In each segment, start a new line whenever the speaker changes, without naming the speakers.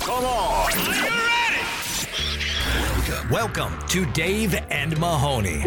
Come on. Welcome, welcome to Dave and Mahoney.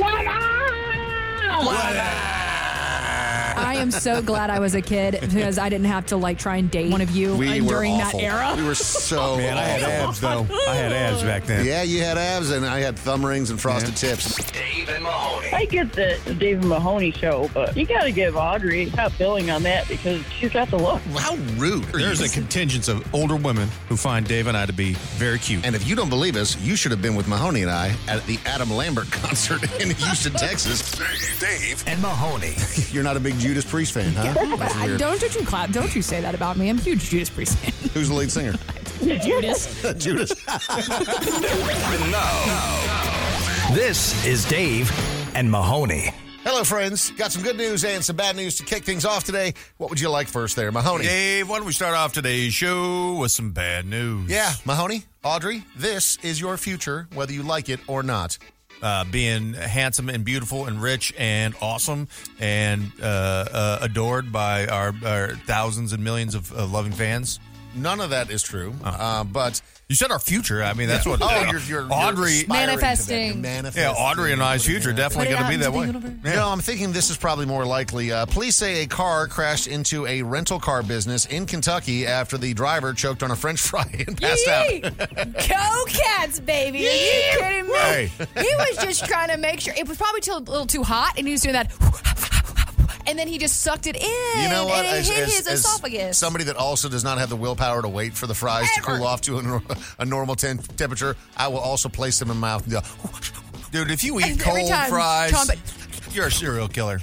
I am so glad I was a kid because I didn't have to like try and date one of you uh, during that era.
We were so
Man, I had
awful.
abs though. I had abs back then.
Yeah, you had abs, and I had thumb rings and frosted tips.
Dave and Mahoney.
I get the David Mahoney show, but you got to give Audrey top billing on that because she's got the look.
How rude! are
There's
you?
a contingent of older women who find Dave and I to be very cute.
and if you don't believe us, you should have been with Mahoney and I at the Adam Lambert concert in Houston, Texas.
Dave and Mahoney.
You're not a big Judas Priest fan, huh? That's
I-
weird.
Don't, don't you clap. Don't you say that about me. I'm a huge Judas Priest fan.
Who's the lead singer?
Judas.
Judas.
This is Dave and Mahoney.
Hello, friends. Got some good news and some bad news to kick things off today. What would you like first, there, Mahoney?
Dave, why don't we start off today's show with some bad news?
Yeah, Mahoney, Audrey. This is your future, whether you like it or not.
Uh, being handsome and beautiful and rich and awesome and uh, uh, adored by our, our thousands and millions of, of loving fans.
None of that is true, uh, but
You said our future. I mean, that's what.
oh, you're, you're you're
Audrey.
aspiring to that. You're
Manifesting.
manifesting.
yeah, Audrey and I's
Putting it
future
out
definitely
Put it
going to
out
be
into
that
the
way.
universe.
Yeah.
No, I'm thinking this is probably more likely. Uh, police say a car crashed into a rental car business in Kentucky after the driver choked on a French fry and passed out.
Go Cats, baby! Are you kidding me?
Hey.
He was just trying to make sure. It was probably too, a little too hot, and he was doing that. And then he just sucked it in.
You know what?
And it
As-
hit
as-
his
as
esophagus.
Somebody that also does not have the willpower to wait for the fries to
Ever.
cool off to a, nor- a normal ten- temperature, I will also place them in my mouth. and go,
Dude, if you eat
Every
cold
time,
fries,
Tom, but-
you're a serial killer.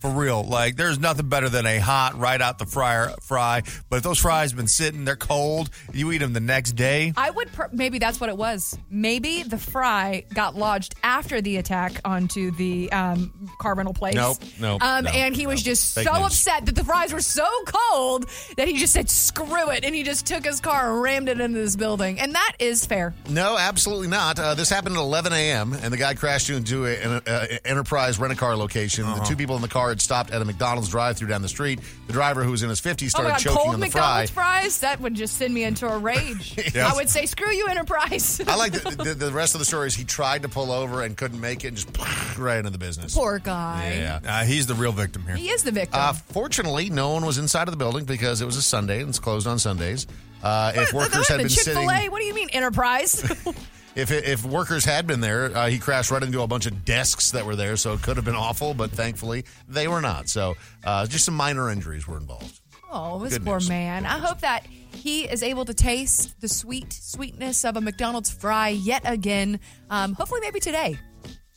For real. Like, there's nothing better than a hot, right out the fryer fry. But if those fries been sitting, they're cold, you eat them the next day.
I would per- maybe that's what it was. Maybe the fry got lodged after the attack onto the um, car rental place.
Nope, nope,
Um,
no,
and he was
no.
just
Fake
so
news.
upset that the fries were so cold that he just said screw it, and he just took his car and rammed it into this building. And that is fair.
No, absolutely not. Uh, this happened at 11 a.m. and the guy crashed into a- an uh, Enterprise rent-a-car location. The
Uh-huh.
two people in the car had stopped at a McDonald's drive-through down the street. The driver, who was in his 50s,
Oh my
started
god,
choking
cold
on the fry.
McDonald's fries? That would just send me into a rage. I would say, screw you, Enterprise.
I like the, the, the rest of the story is he tried to pull over and couldn't make it and just right into the business.
Poor guy.
Yeah.
Uh, he's the real victim here.
He is the victim.
Uh, fortunately, no one was inside of the building because it was a Sunday and it's closed on Sundays. Uh, if workers had been
Chick Fil
sitting,
A. What do you mean, Enterprise?
if if workers had been there, uh, he crashed right into a bunch of desks that were there, so it could have been awful. But thankfully, they were not. So uh, just some minor injuries were involved.
oh, this
Good
poor
news.
man. I hope that he is able to taste the sweet sweetness of a McDonald's fry yet again. Um, hopefully, maybe today.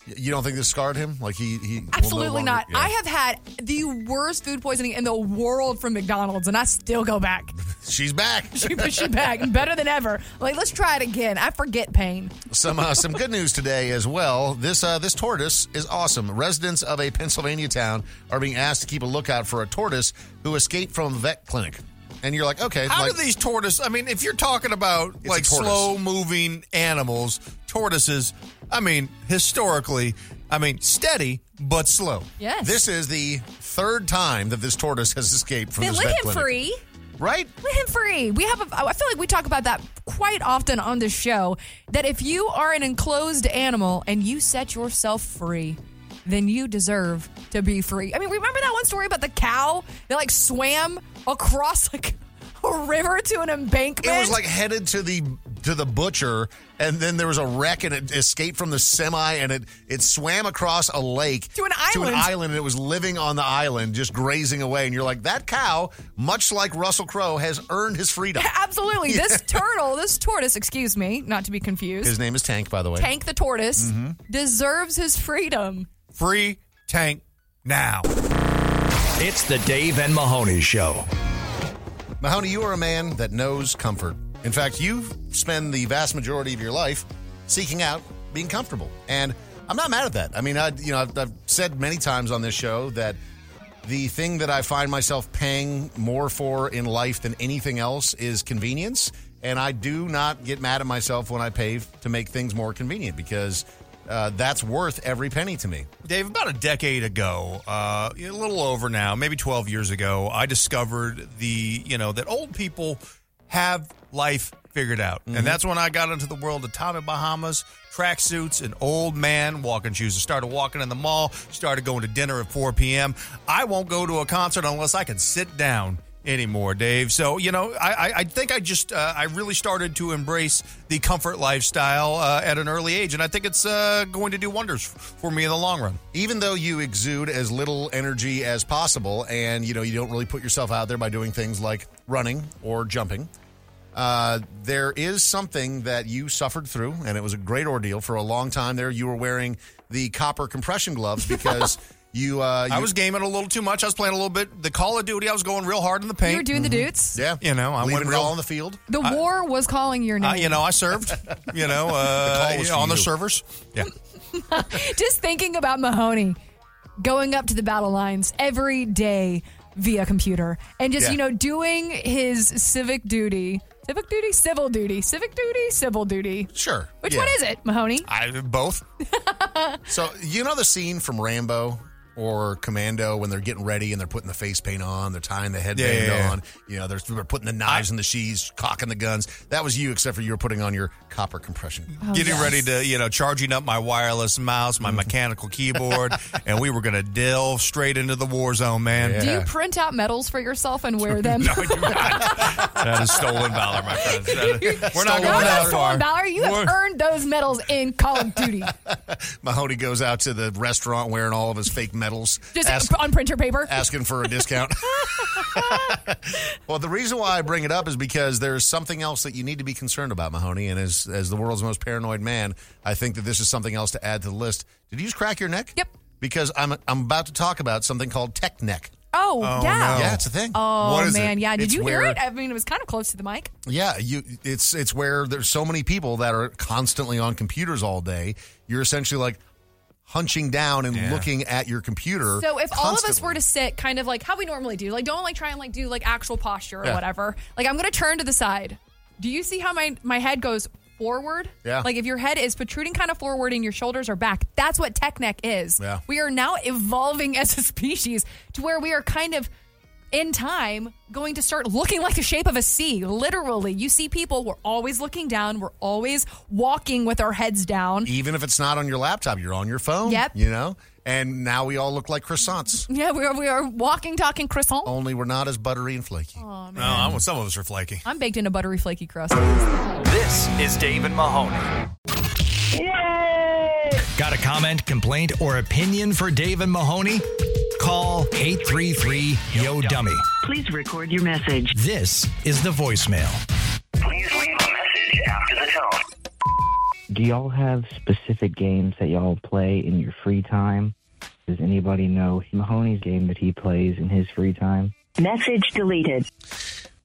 Y- You don't think this scarred him? Like he he will no
Absolutely
longer-
not.
yeah.
I have had the worst food poisoning in the world from McDonald's, and I still go back.
She's back.
She push it back better than ever. Like, let's try it again. I forget pain.
some uh, some good news today as well. This uh, this tortoise is awesome. Residents of a Pennsylvania town are being asked to keep a lookout for a tortoise who escaped from a vet clinic. And you're like, okay,
How
like,
do these tortoise? I mean, if you're talking about
a
like
tortoise.
slow moving animals, tortoises, I mean, historically, I mean, steady but slow.
Yes.
this is the third time that this tortoise has escaped from
They
this
let
vet
him
clinic.
free.
right?
Let him free. We have. A, I feel like we talk about that quite often on the show. That if you are an enclosed animal and you set yourself free, then you deserve to be free. I mean, remember that one story about the cow that like swam across like a river to an embankment?
It was like headed to the to the butcher, and then there was a wreck, and it escaped from the semi, and it it swam across a lake
To an
to an
island.
island, and it was living on the island, just grazing away. And you're like, that cow, much like Russell Crowe, has earned his freedom.
absolutely this turtle, this tortoise. Excuse me, not to be confused.
his Mm-hmm. name is Tank, by the way.
Tank the tortoise deserves his freedom.
Free tank now.
It's the Dave and Mahoney Show.
Mahoney, you are a man that knows comfort. In fact, you spend the vast majority of your life seeking out being comfortable. And I'm not mad at that. I mean, I you know, I've, I've said many times on this show that the thing that I find myself paying more for in life than anything else is convenience. And I do not get mad at myself when I pay f- to make things more convenient because uh, that's worth every penny to me.
Dave, about a decade ago, uh, a little over now, maybe 12 years ago, I discovered the, you know, that old people have life figured out.
Mm-hmm.
And that's when I got into the world of Tommy Bahamas, tracksuits, and old man walking shoes. I started walking in the mall, started going to dinner at 4 p.m. I won't go to a concert unless I can sit down anymore, Dave. So, you know, I, I, I think I just, uh, I really started to embrace the comfort lifestyle uh, at an early age. And I think it's uh, going to do wonders for me in the long run.
even though you exude as little energy as possible and you know you don't really put yourself out there by doing things like running or jumping uh, there is something that you suffered through and it was a great ordeal for a long time there you were wearing the copper compression gloves because you, uh, you
I was gaming a little too much. I was playing a little bit the Call of Duty. I was going real hard in the paint.
You were doing the dudes.
mm-hmm. yeah
you know, I
leaving
went
it
real-
all on the field
The war was calling your name.
I- you know, I served. You know, uh,
call was
you Oh, know, on
for
the
you.
servers. Yeah,
Just thinking about Mahoney going up to the battle lines every day via computer and just,
Yeah.
you know, doing his civic duty. Civic duty? Civil duty. Civic duty? Civil duty.
sure
Which
yeah.
one is it, Mahoney?
I both.
So you know the scene from Rambo or Commando when they're getting ready and they're putting the face paint on, they're tying the headband
Yeah, yeah, yeah.
on, you know, they're, they're putting the knives in the sheaths, cocking the guns. That was you, except for you were putting on your copper compression.
Getting
Oh,
ready to, you know, charging up my wireless mouse, my mechanical keyboard, and we were going to delve straight into the war zone, man.
Do you print out medals for yourself and wear them?
No, you're not. That is stolen valor, my friends. That is- we're not
Stolen
going
valor.
that
That's
far.
Stolen valor. You have
We're-
earned those medals in Call of Duty.
Mahoney goes out to the restaurant wearing all of his fake medals.
Just
ask-
on printer paper.
asking for a discount. well, the reason why I bring it up is because there's something else that you need to be concerned about, Mahoney. And as as the world's most paranoid man, I think that this is something else to add to the list. Did you just crack your neck?
Yep.
Because I'm I'm about to talk about something called tech neck.
Oh, yeah.
no.
Yeah, it's a thing.
Oh
What is it?
man, yeah. Did
It's
you
where-
hear it? I mean, it was kind of close to the mic.
Yeah, you it's it's where there's so many people that are constantly on computers all day. You're essentially like hunching down and looking at your computer.
So if all of us
constantly.
were to sit kind of like how we normally do, like don't like try and like do like actual posture or
Yeah.
whatever. Like I'm gonna turn to the side. Do you see how my my head goes forward?
Yeah.
Like if your head is protruding kind of forward and your shoulders are back, that's what tech neck is.
Yeah.
We are now evolving as a species to where we are kind of in time going to start looking like the shape of a C. Literally, you see people, we're always looking down, we're always walking with our heads down.
even if it's not on your laptop, you're on your phone.
Yep.
You know? And now we all look like croissants,
Yeah, we are, we are walking, talking croissant.
only we're not as buttery and flaky.
No, I'm, some of us are flaky.
I'm baked in a buttery flaky crust.
This is Dave and Mahoney.
Yay!
Got a comment, complaint, or opinion for Dave and Mahoney? Call 833 Yo Dummy.
Please record your message.
This is the voicemail.
Please leave a message after the tone.
Do y'all have specific games that y'all play in your free time? Does anybody know Mahoney's game that he plays in his free time?
Message deleted.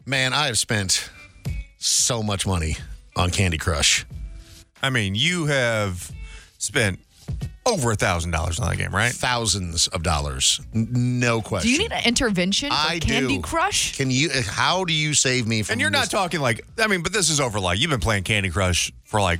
Man, I have spent so much money on Candy Crush.
I mean, you have spent over a thousand dollars on that game, right?
Thousands of dollars. N- No question.
Do you need an intervention for
I
Candy
do.
Crush?
Can you uh, how do you save me from
And you're not
this-
talking like I mean, but this is over like you've been playing Candy Crush for like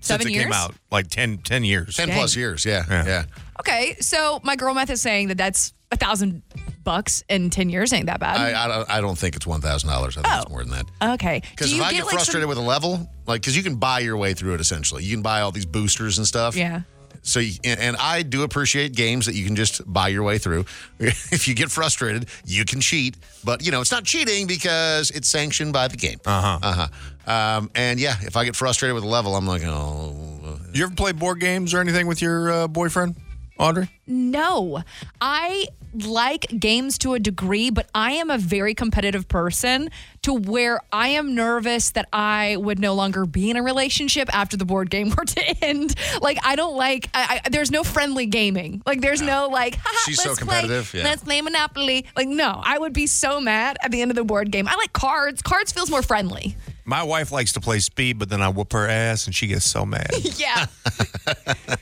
Seven
since it came
years?
out, like 10, 10 years.
10 plus years, yeah. Yeah.
Yeah.
Okay, so my girl math is saying that that's a thousand bucks in ten years ain't that bad.
I, I don't I don't think it's $1,000. I think it's
Oh.
more than that.
okay,
Because if I get, frustrated with a level, like, because you can buy your way through it essentially. You can buy all these boosters and stuff.
Yeah.
So, you, and, and I do appreciate games that you can just buy your way through. if you get frustrated, you can cheat, but you know it's not cheating because it's sanctioned by the game. Uh huh. Uh huh. Um, and yeah, if I get frustrated with a level, I'm like, oh,
You ever play board games or anything with your uh, boyfriend? Audrey?
No, I like games to a degree, but I am a very competitive person to where I am nervous that I would no longer be in a relationship after the board game were to end. Like, I don't like, I, I, there's no friendly gaming. Like, there's no, like, Haha,
She's so
let's
competitive,
Play,
yeah.
Let's play Monopoly. Like, no, I would be so mad at the end of the board game. I like cards. Cards feels more friendly.
My wife likes to play speed, but then I whoop her ass and she gets so mad.
Yeah.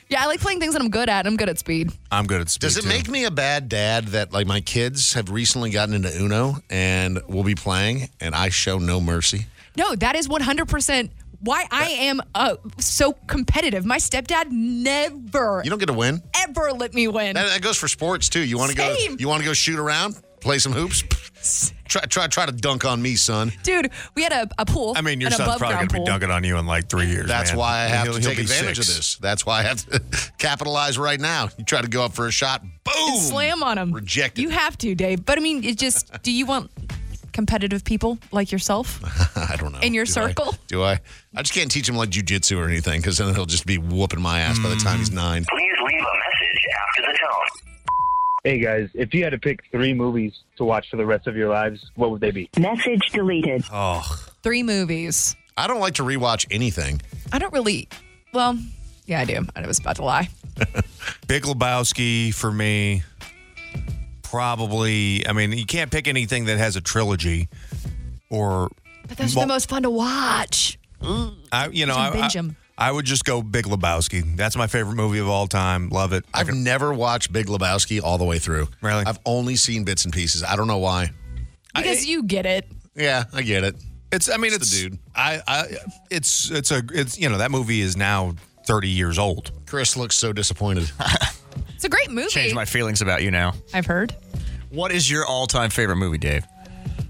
yeah, I like playing things that I'm good at. I'm good at speed.
I'm good at speed.
Does it
too.
make me a bad dad that like my kids have recently gotten into Uno and will be playing and I show no mercy?
No, that is 100% why I am uh, so competitive. My stepdad never,
You don't get to win.
ever let me win.
That, that goes for sports too. You want to go?
Same.
You want to go shoot around, play some hoops? try, try, try to dunk on me, son.
Dude, we had a, a pool.
I mean, your
an
son's
above
probably
ground
going to be
pool.
dunking on you in like three years.
That's
man.
why I have
He'll-
to
he'll
take
be
advantage
six.
of this. That's why I have to capitalize right now. You try to go up for a shot, boom,
Slam on him.
Rejected.
You have to, Dave. But I mean, it just, do you want competitive people like yourself?
I don't know.
in your
Do I-
circle?
do I? I just can't teach him like jujitsu or anything because then he'll just be whooping my ass by the time he's nine.
Please leave a message after the tone.
Hey guys, if you had to pick three movies to watch for the rest of your lives, what would they be?
Message deleted.
Oh,
Three movies.
I don't like to rewatch anything.
I don't really, well, yeah, I do. I was about to lie.
Big Lebowski for me. Probably. I mean, you can't pick anything that has a trilogy or.
But those are the
Mo-
most fun to watch.
I, you know,
Some
I,
binge
I,
'em.
I would just go Big Lebowski. That's my favorite movie of all time. Love it.
I've never watched Big Lebowski all the way through.
Really?
I've only seen bits and pieces. I don't know why.
Because you get it.
Yeah, I get it.
It's. I mean,
It's
it's,
the dude.
I. I. It's. It's a. It's. You know, that movie is now thirty years old.
Chris looks so disappointed.
It's a great movie.
Change my feelings about you now.
I've heard.
What is your all-time favorite movie, Dave?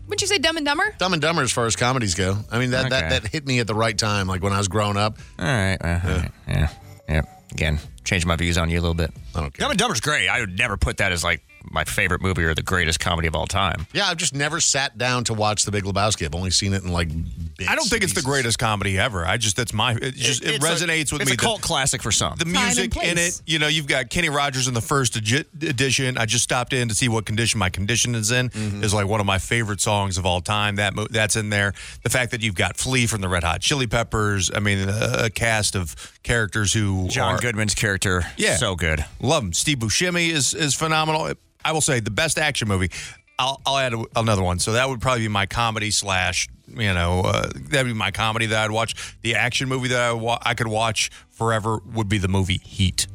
Wouldn't you say Dumb and Dumber?
Dumb and Dumber, as far as comedies go, I mean that, that
Okay.
that hit me at the right time. Like when I was growing up,
All right. uh, all right, yeah. Yeah. Again, change my views on you a little bit.
I don't care.
Dumb and Dumber's great. I would never put that as like my favorite movie or the greatest comedy of all time.
Yeah, I've just never sat down to watch The Big Lebowski. I've only seen it in like. Bits
I don't think it's the
pieces.
greatest comedy ever. I just that's my. It just it,
It's a-
resonates with
it's
me.
a
The-
cult classic for some.
the
and
music in
place.
it. You know, you've got Kenny Rogers in the first edi- edition. I just stopped in to see what condition my condition is in. Is like one of my favorite songs of all time. That mo- that's in there. The fact that you've got Flea from the Red Hot Chili Peppers. I mean, a, a cast of characters who
John
are,
Goodman's character,
Yeah.
so good.
Love him. Steve Buscemi is is phenomenal. I will say the best action movie. I'll, I'll add a- another one. So that would probably be my comedy slash. You know, uh, that'd be my comedy that I'd watch. The action movie that I wa- I could watch forever would be the movie Heat.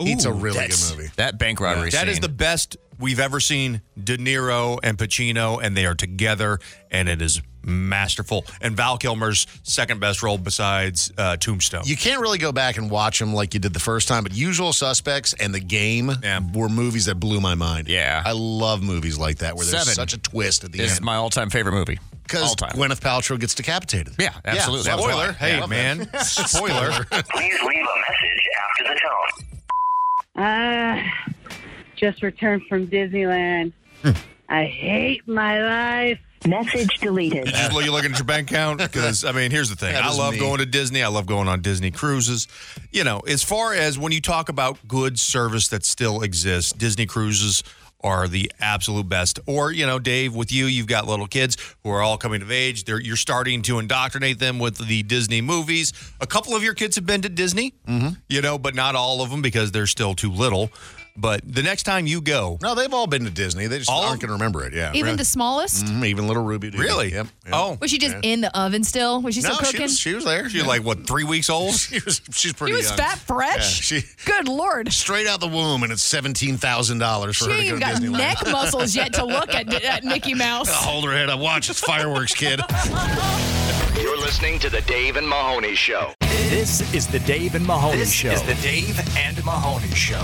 It's a
Ooh,
really
that's-
good movie.
That bank robbery
That is
scene.
the best we've ever seen De Niro and Pacino, and they are together, and it is masterful. And Val Kilmer's second best role besides uh, Tombstone.
You can't really go back and watch them like you did the first time, but Usual Suspects and The Game
Yeah.
were movies that blew my mind.
Yeah.
I love movies like that where there's
Seven.
such a twist at the
This is
end.
my all-time favorite movie.
Because
All time.
Gwyneth Paltrow gets decapitated.
Yeah, absolutely. That was
spoiler.
why.
hey
Yeah.
man, spoiler.
Please leave a message after the tone.
Uh, just returned from Disneyland. I hate my life.
Message deleted.
Just look, you're looking at your bank account because I mean, here's the thing.
That
I
is
love
me.
going to Disney. I love going on Disney cruises. You know, as far as when you talk about good service that still exists, Disney cruises are the absolute best. Or you know, Dave, with you, you've got little kids who are all coming of age. They're, you're starting to indoctrinate them with the Disney movies. A couple of your kids have been to Disney,
Mm-hmm.
you know, but not all of them because they're still too little. But the next time you go,
No, they've all been to Disney. They just
All of
aren't going to remember it. Yeah.
Even the smallest?
Mhm, even little Ruby. Doo.
really,
Yep. yep.
oh,
Was she just in the oven still? Was she
no,
still
she
cooking?
was, she was there.
you're like what three weeks old?
she was, she's pretty
She was
young.
fat
Yeah,
fresh.
she
Good lord.
straight out the womb, and it's seventeen thousand dollars for
She
her to
ain't
go
even
to
got
Disneyland.
neck muscles yet to look at, at Mickey Mouse.
Hold her head up. Watch, it's fireworks, kid.
You're listening to the Dave and Mahoney Show.
This is the Dave and Mahoney Show.
Dave and Mahoney Show.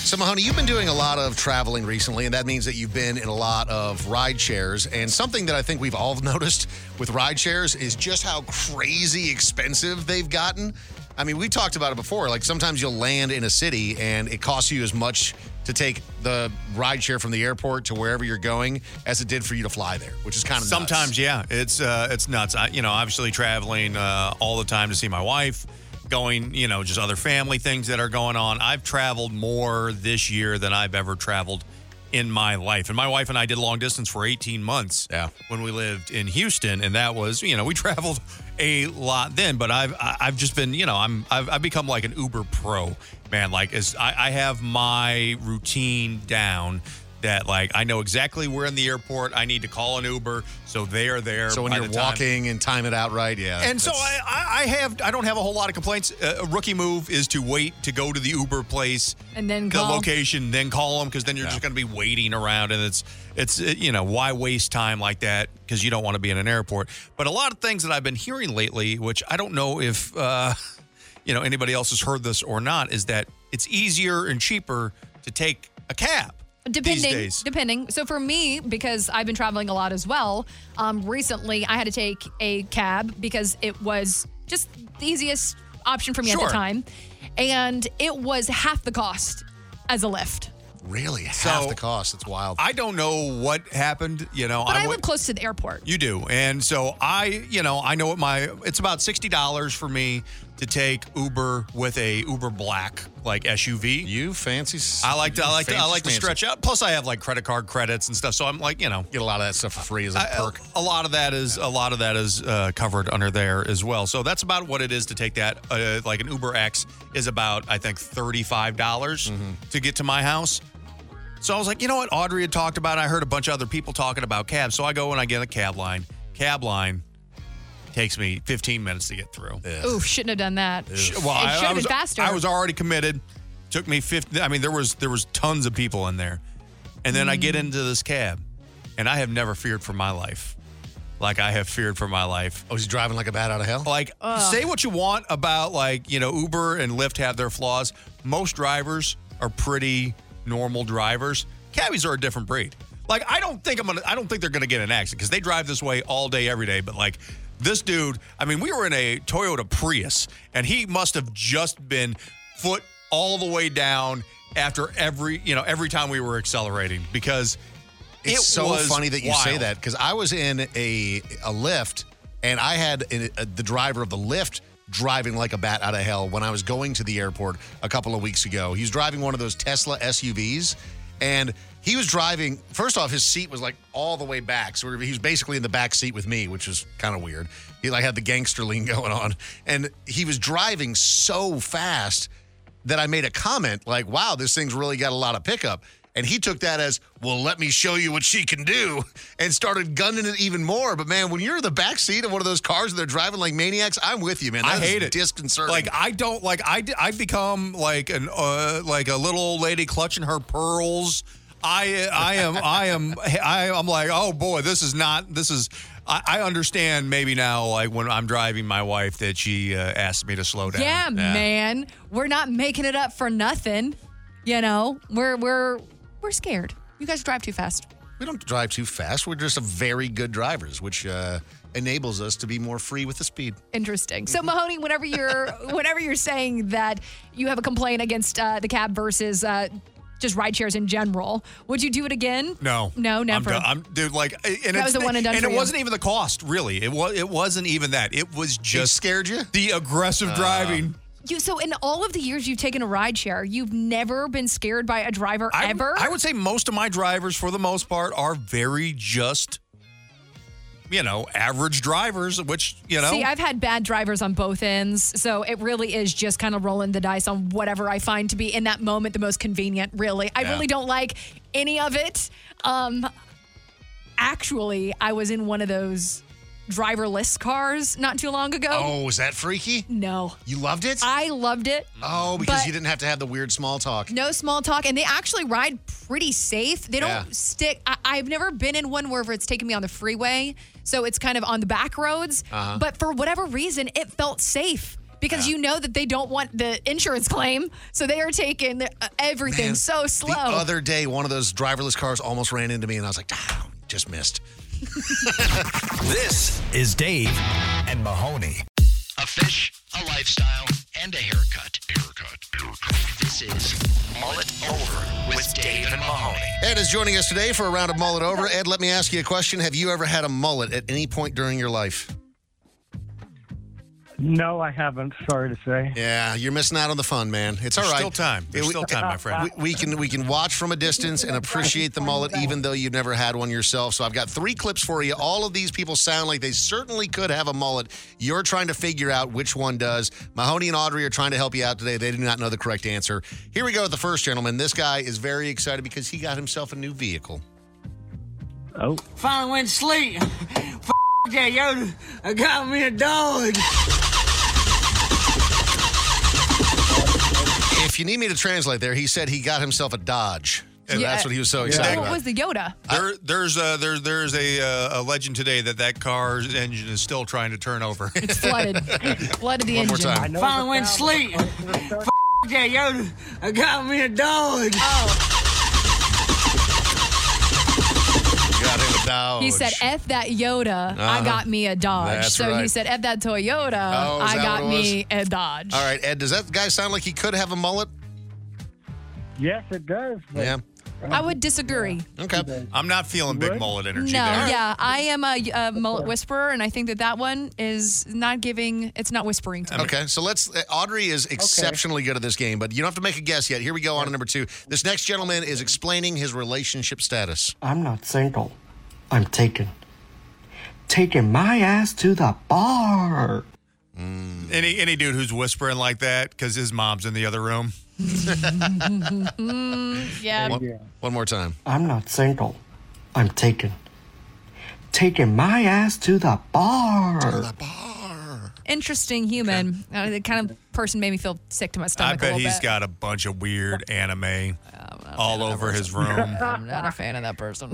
So, Mahoney, you've been doing a lot of traveling recently, and that means that you've been in a lot of ride shares. And something that I think we've all noticed with ride shares is just how crazy expensive they've gotten. I mean, we talked about it before. Like sometimes you'll land in a city and it costs you as much to take the ride share from the airport to wherever you're going as it did for you to fly there, which is kind of
Sometimes, yeah, it's uh, it's nuts. I, you know, obviously traveling uh, all the time to see my wife. going, you know, just other family things that are going on. I've traveled more this year than I've ever traveled in my life. And my wife and I did long distance for 18 months yeah. when we lived in Houston. And that was, you know, we traveled a lot then, but I've, I- I've just been, you know, I'm, I've, I've become like an Uber pro man. Like as I, I have my routine down that like, I know exactly where in the airport I need to call an Uber. So they are there.
So when
by
you're
the time- Uh,
walking and time it out right, yeah.
and so I, I I have I don't have a whole lot of complaints. Uh, a rookie move is to wait to go to the Uber place
And then
the
call.
location, then call them because then you're just going to be waiting around, and it's it's uh, you know why waste time like that because you don't want to be in an airport. But a lot of things that I've been hearing lately, which I don't know if uh, you know anybody else has heard this or not, is that it's easier and cheaper to take a cab
Depending,
These days.
depending. So for me, because I've been traveling a lot as well, um, recently I had to take a cab because it was just the easiest option for me at
Sure.
the time, and it was half the cost as a lift.
really half the cost. It's wild.
I don't know what happened. You know,
But I,
went-
live close to the airport.
You do. And so I, you know, I know what my it's about $60 for me to take Uber with a Uber Black like SUV.
You fancy
I like to I like to I
fancy
like to
schmancy.
stretch out. Plus I have like credit card credits and stuff. So I'm like, you know,
Get a lot of that stuff for free as a
I- uh,
perk.
A lot of that is a lot of that is uh, covered under there as well. So that's about what it is to take that. Uh, like an Uber X is about I think thirty five dollars
Mm-hmm.
to get to my house. So I was like, you know what? Audrey had talked about. it. I heard a bunch of other people talking about cabs. So I go and I get a cab line. Cab line takes me fifteen minutes to get through.
Oof, shouldn't have done that.
Sh-
it should
Well, I,
have
I was
been faster.
I was already committed. Took me 50 I mean, there was there was tons of people in there, and then I get
Mm.
into this cab, and I have never feared for my life, like I have feared for my life.
Oh, he's driving like a bat out of hell.
Like, say what you want about like you know Uber and Lyft have their flaws. Most drivers are pretty normal drivers. Cabbies are a different breed. Like, I don't think I'm gonna. I don't think they're gonna get in an accident because they drive this way all day, every day. But like this dude, I mean, we were in a Toyota Prius, and he must have just been foot all the way down after every you know every time we were accelerating because
It's
it
so
was
funny that you say
wild.
that because I was in a a lift and I had a, a- the driver of the lift driving like a bat out of hell when I was going to the airport a couple of weeks ago. He was driving one of those Tesla SUVs and he was driving first off his seat was like all the way back so we were- he was basically in the back seat with me which was kind of weird he like had the gangster lean going on and he was driving so fast that I made a comment like, wow, this thing's really got a lot of pickup. And he took that as, well, let me show you what she can do and started gunning it even more. But man, when you're in the back seat of one of those cars and they're driving like maniacs, I'm with you, man. That
I
is
hate it.
Disconcerting.
Like I don't like I d- I become like an uh, like a little old lady clutching her pearls. I I am I am I I'm like oh boy this is not this is I, I understand maybe now like when I'm driving my wife that she uh, asked me to slow down.
yeah, man, we're not making it up for nothing. You know, we're we're we're scared. You guys drive too fast.
we don't drive too fast. We're just very good drivers, which uh, enables us to be more free with the speed.
Interesting.
Mm-hmm.
So Mahoney, whenever you're whenever you're saying that you have a complaint against uh, the cab versus uh, just ride shares in general, would you do it again?
No,
no,
I'm
never.
done. I'm, dude. Like, and it's-
was the one and done
And
for
it
you.
wasn't even the cost, really. It was. It wasn't even that. It was just
scared you? Uh,
The aggressive driving.
you so in all of the years you've taken a ride share, you've never been scared by a driver
I,
ever.
I would say most of my drivers, for the most part, are very just, you know, average drivers, which, you know,
See, I've had bad drivers on both ends, so it really is just kind of rolling the dice on whatever I find to be in that moment the most convenient. Really, I
Yeah.
really don't like any of it. Um, actually, I was in one of those driverless cars not too long ago.
Oh, was that freaky?
No,
You loved it?
I loved it.
oh, because
but-
you didn't have to have the weird small talk.
No small talk, and they actually ride pretty safe. They don't
Yeah.
stick. I, I've never been in one where it's taken me on the freeway, so it's kind of on the back roads.
Uh-huh.
But for whatever reason, it felt safe because you know that they don't want the insurance claim, so they are taking uh, everything
Man,
so slow.
The other day, one of those driverless cars almost ran into me, and I was like, ah, just missed.
This is Dave and Mahoney.
A fish, a lifestyle, and a haircut. Haircut. haircut. This is Mullet Over with, Dave and Mahoney.
Ed is joining us today for a round of mullet over. Ed, let me ask you a question. Have you ever had a mullet at any point during your life?
No, I haven't. Sorry to say.
Yeah, you're missing out on the fun, man. It's all
There's
right.
still time.
There's
We-
still time, my friend.
We, we can we can watch from a distance and appreciate the mullet, even though you've never had one yourself. So I've got three clips for you. All of these people sound like they certainly could have a mullet. You're trying to figure out which one does. Mahoney and Audrey are trying to help you out today. They do not know the correct answer. Here we go with the first gentleman. This guy is very excited because he got himself a new vehicle.
Oh.
Finally went to sleep. F- that Yoda. I got me a dog.
If you need me to translate there, he said he got himself a Dodge. And
Yeah.
that's what he was so excited
What
about.
was the Yoda?
There, there's a there, there's a, uh, a legend today that that car's engine is still trying to turn over.
It's flooded. flooded the
One more
engine.
time. I know
Finally went to sleep. F- that Yoda. I got me a dog.
got him a Dodge.
He said, "F that Yoda, I
Uh-huh.
got me a Dodge."
That's
so he
right.
said, "F that Toyota,
Oh, is
I
that
got
what it
me a Dodge."
All right, Ed, does that guy sound like he could have a mullet?
Yes, it does.
Yeah.
I would disagree.
Okay.
I'm not feeling big mullet energy
no,
there.
yeah, I am a, a mullet whisperer, and I think that that one is not giving. It's not whispering to me.
Okay, so let's. uh, Audrey is exceptionally good at this game, but you don't have to make a guess yet. Here we go on to number two. This next gentleman is explaining his relationship status.
I'm not single. I'm taken. Taking my ass to the bar.
Any any dude who's whispering like that because his mom's in the other room.
Mm, yeah.
One, Oh, one more time.
I'm not single. I'm taken. Taking my ass to the bar.
Interesting human. Uh, the kind of person made me feel sick to my
I
stomach. a
bet
little
he's
bit.
got a bunch of weird anime all over his room.
I'm not a fan of that person.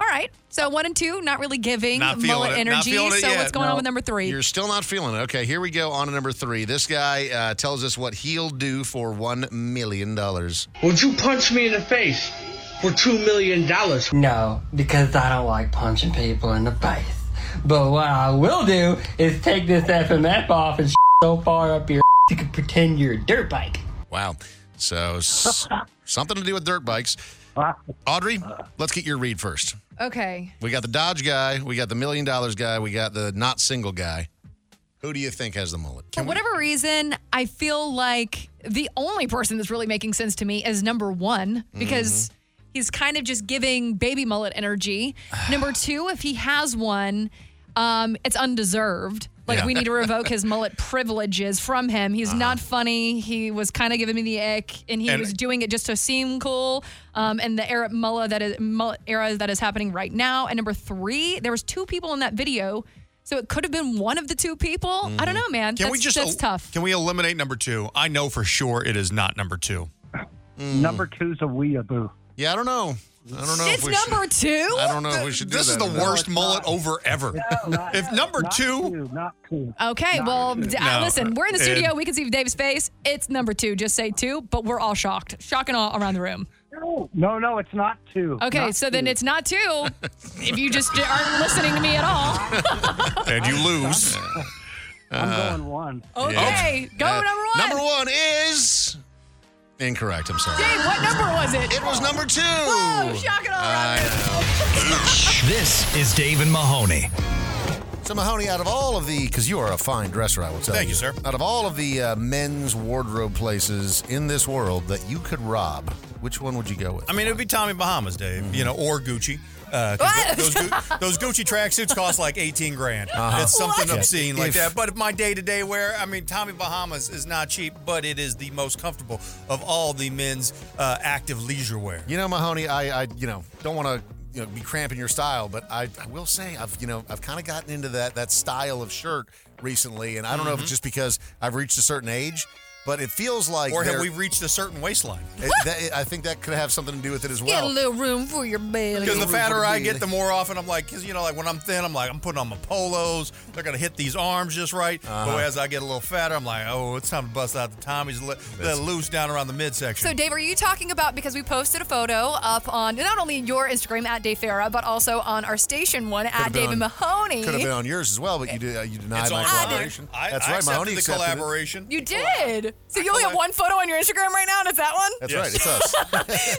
All right, so one and two, not really giving
Not feeling
mullet
it. Not
energy.
feeling it
So
yet.
what's going
No.
on with number three?
You're still not feeling it. Okay, here we go on to number three. This guy uh, tells us what he'll do for one million dollars.
Would you punch me in the face for two million dollars? No, because I don't like punching people in the face. But what I will do is take this FMF off and so far up your you can pretend you're a dirt bike.
Wow. So s- something to do with dirt bikes. Audrey, let's get your read first.
Okay.
We got the Dodge guy. We got the million dollars guy. We got the not single guy. Who do you think has the mullet?
For whatever reason, I feel like the only person that's really making sense to me is number one because he's kind of just giving baby mullet energy. number two, if he has one, um, it's undeserved. Like
Yeah.
we need to revoke his mullet privileges from him. He's not funny. He was kind of giving me the ick, and he
And-
was doing it just to seem cool. Um, and the era mullet that is mullet era that is happening right now. And number three, there was two people in that video. So it could have been one of the two people. I don't know, man.
Can
that's,
we just
that's
el-
tough.
Can we eliminate number two? I know for sure it is not number two.
Number two's a weeaboo.
Yeah, I don't know. I don't know.
It's
if we should-
number two?
I don't know if we should do
This
is
is the worst mullet over ever. if number
Not
two,
not two.
Okay, well, d- uh,
No,
listen, we're in the
uh,
studio.
and-
we can see Dave's face. It's number two. Just say two, but we're all shocked. Shock and all around the room.
No, no, it's not two.
Okay,
Not
so then
two.
it's not two if you just j- aren't listening to me at all.
and you lose.
I'm
Uh,
going one.
Okay, go number one.
Uh, Number one is incorrect. I'm sorry.
Dave, what number was it?
It was number two.
Whoa, shock and all around the room.
this is Dave and Mahoney.
So Mahoney, out of all of the, because you are a fine dresser, I will tell
Thank you,
you,
sir.
Out of all of the uh, men's wardrobe places in this world that you could rob, which one would you go with?
I mean, it would be Tommy Bahamas, Dave, you know, or Gucci. Uh, 'cause
What?
Those, Gu- those Gucci tracksuits cost like 18 grand.
Uh-huh.
It's something
What?
obscene like
If-
that. But if my day to day wear, I mean, Tommy Bahamas is not cheap, but it is the most comfortable of all the men's uh, active leisure wear.
You know, Mahoney, I, I you know, don't want to you know, be cramping your style, but I, I will say I've, you know, I've kind of gotten into that that style of shirt recently, and I don't know
Mm-hmm.
if it's just because I've reached a certain age, but it feels like
or have
there-
we reached a certain waistline?
it- that- I think that could have something to do with it as
Get a
well.
little room for your belly.
Because the fatter I get, the more often I'm like, because you know, like when I'm thin, I'm like, I'm putting on my polos. They're gonna hit these arms just right.
Uh-huh.
But as I get a little fatter, I'm like, oh, it's time to bust out the Tommy's, let, let loose down around the midsection.
So, Dave, are you talking about because we posted a photo up on not only your Instagram at Dave Farah, but also on our station one at
Could've been
David
on-
Mahoney?
Could have been on yours as well, but you did, uh, you denied
it's
my
on
collaboration.
I,
That's
I
right,
accepted
Mahoney
the
accepted it.
collaboration.
You did. God. So you only have one photo on your Instagram right now, and it's that one?
That's right. It's us.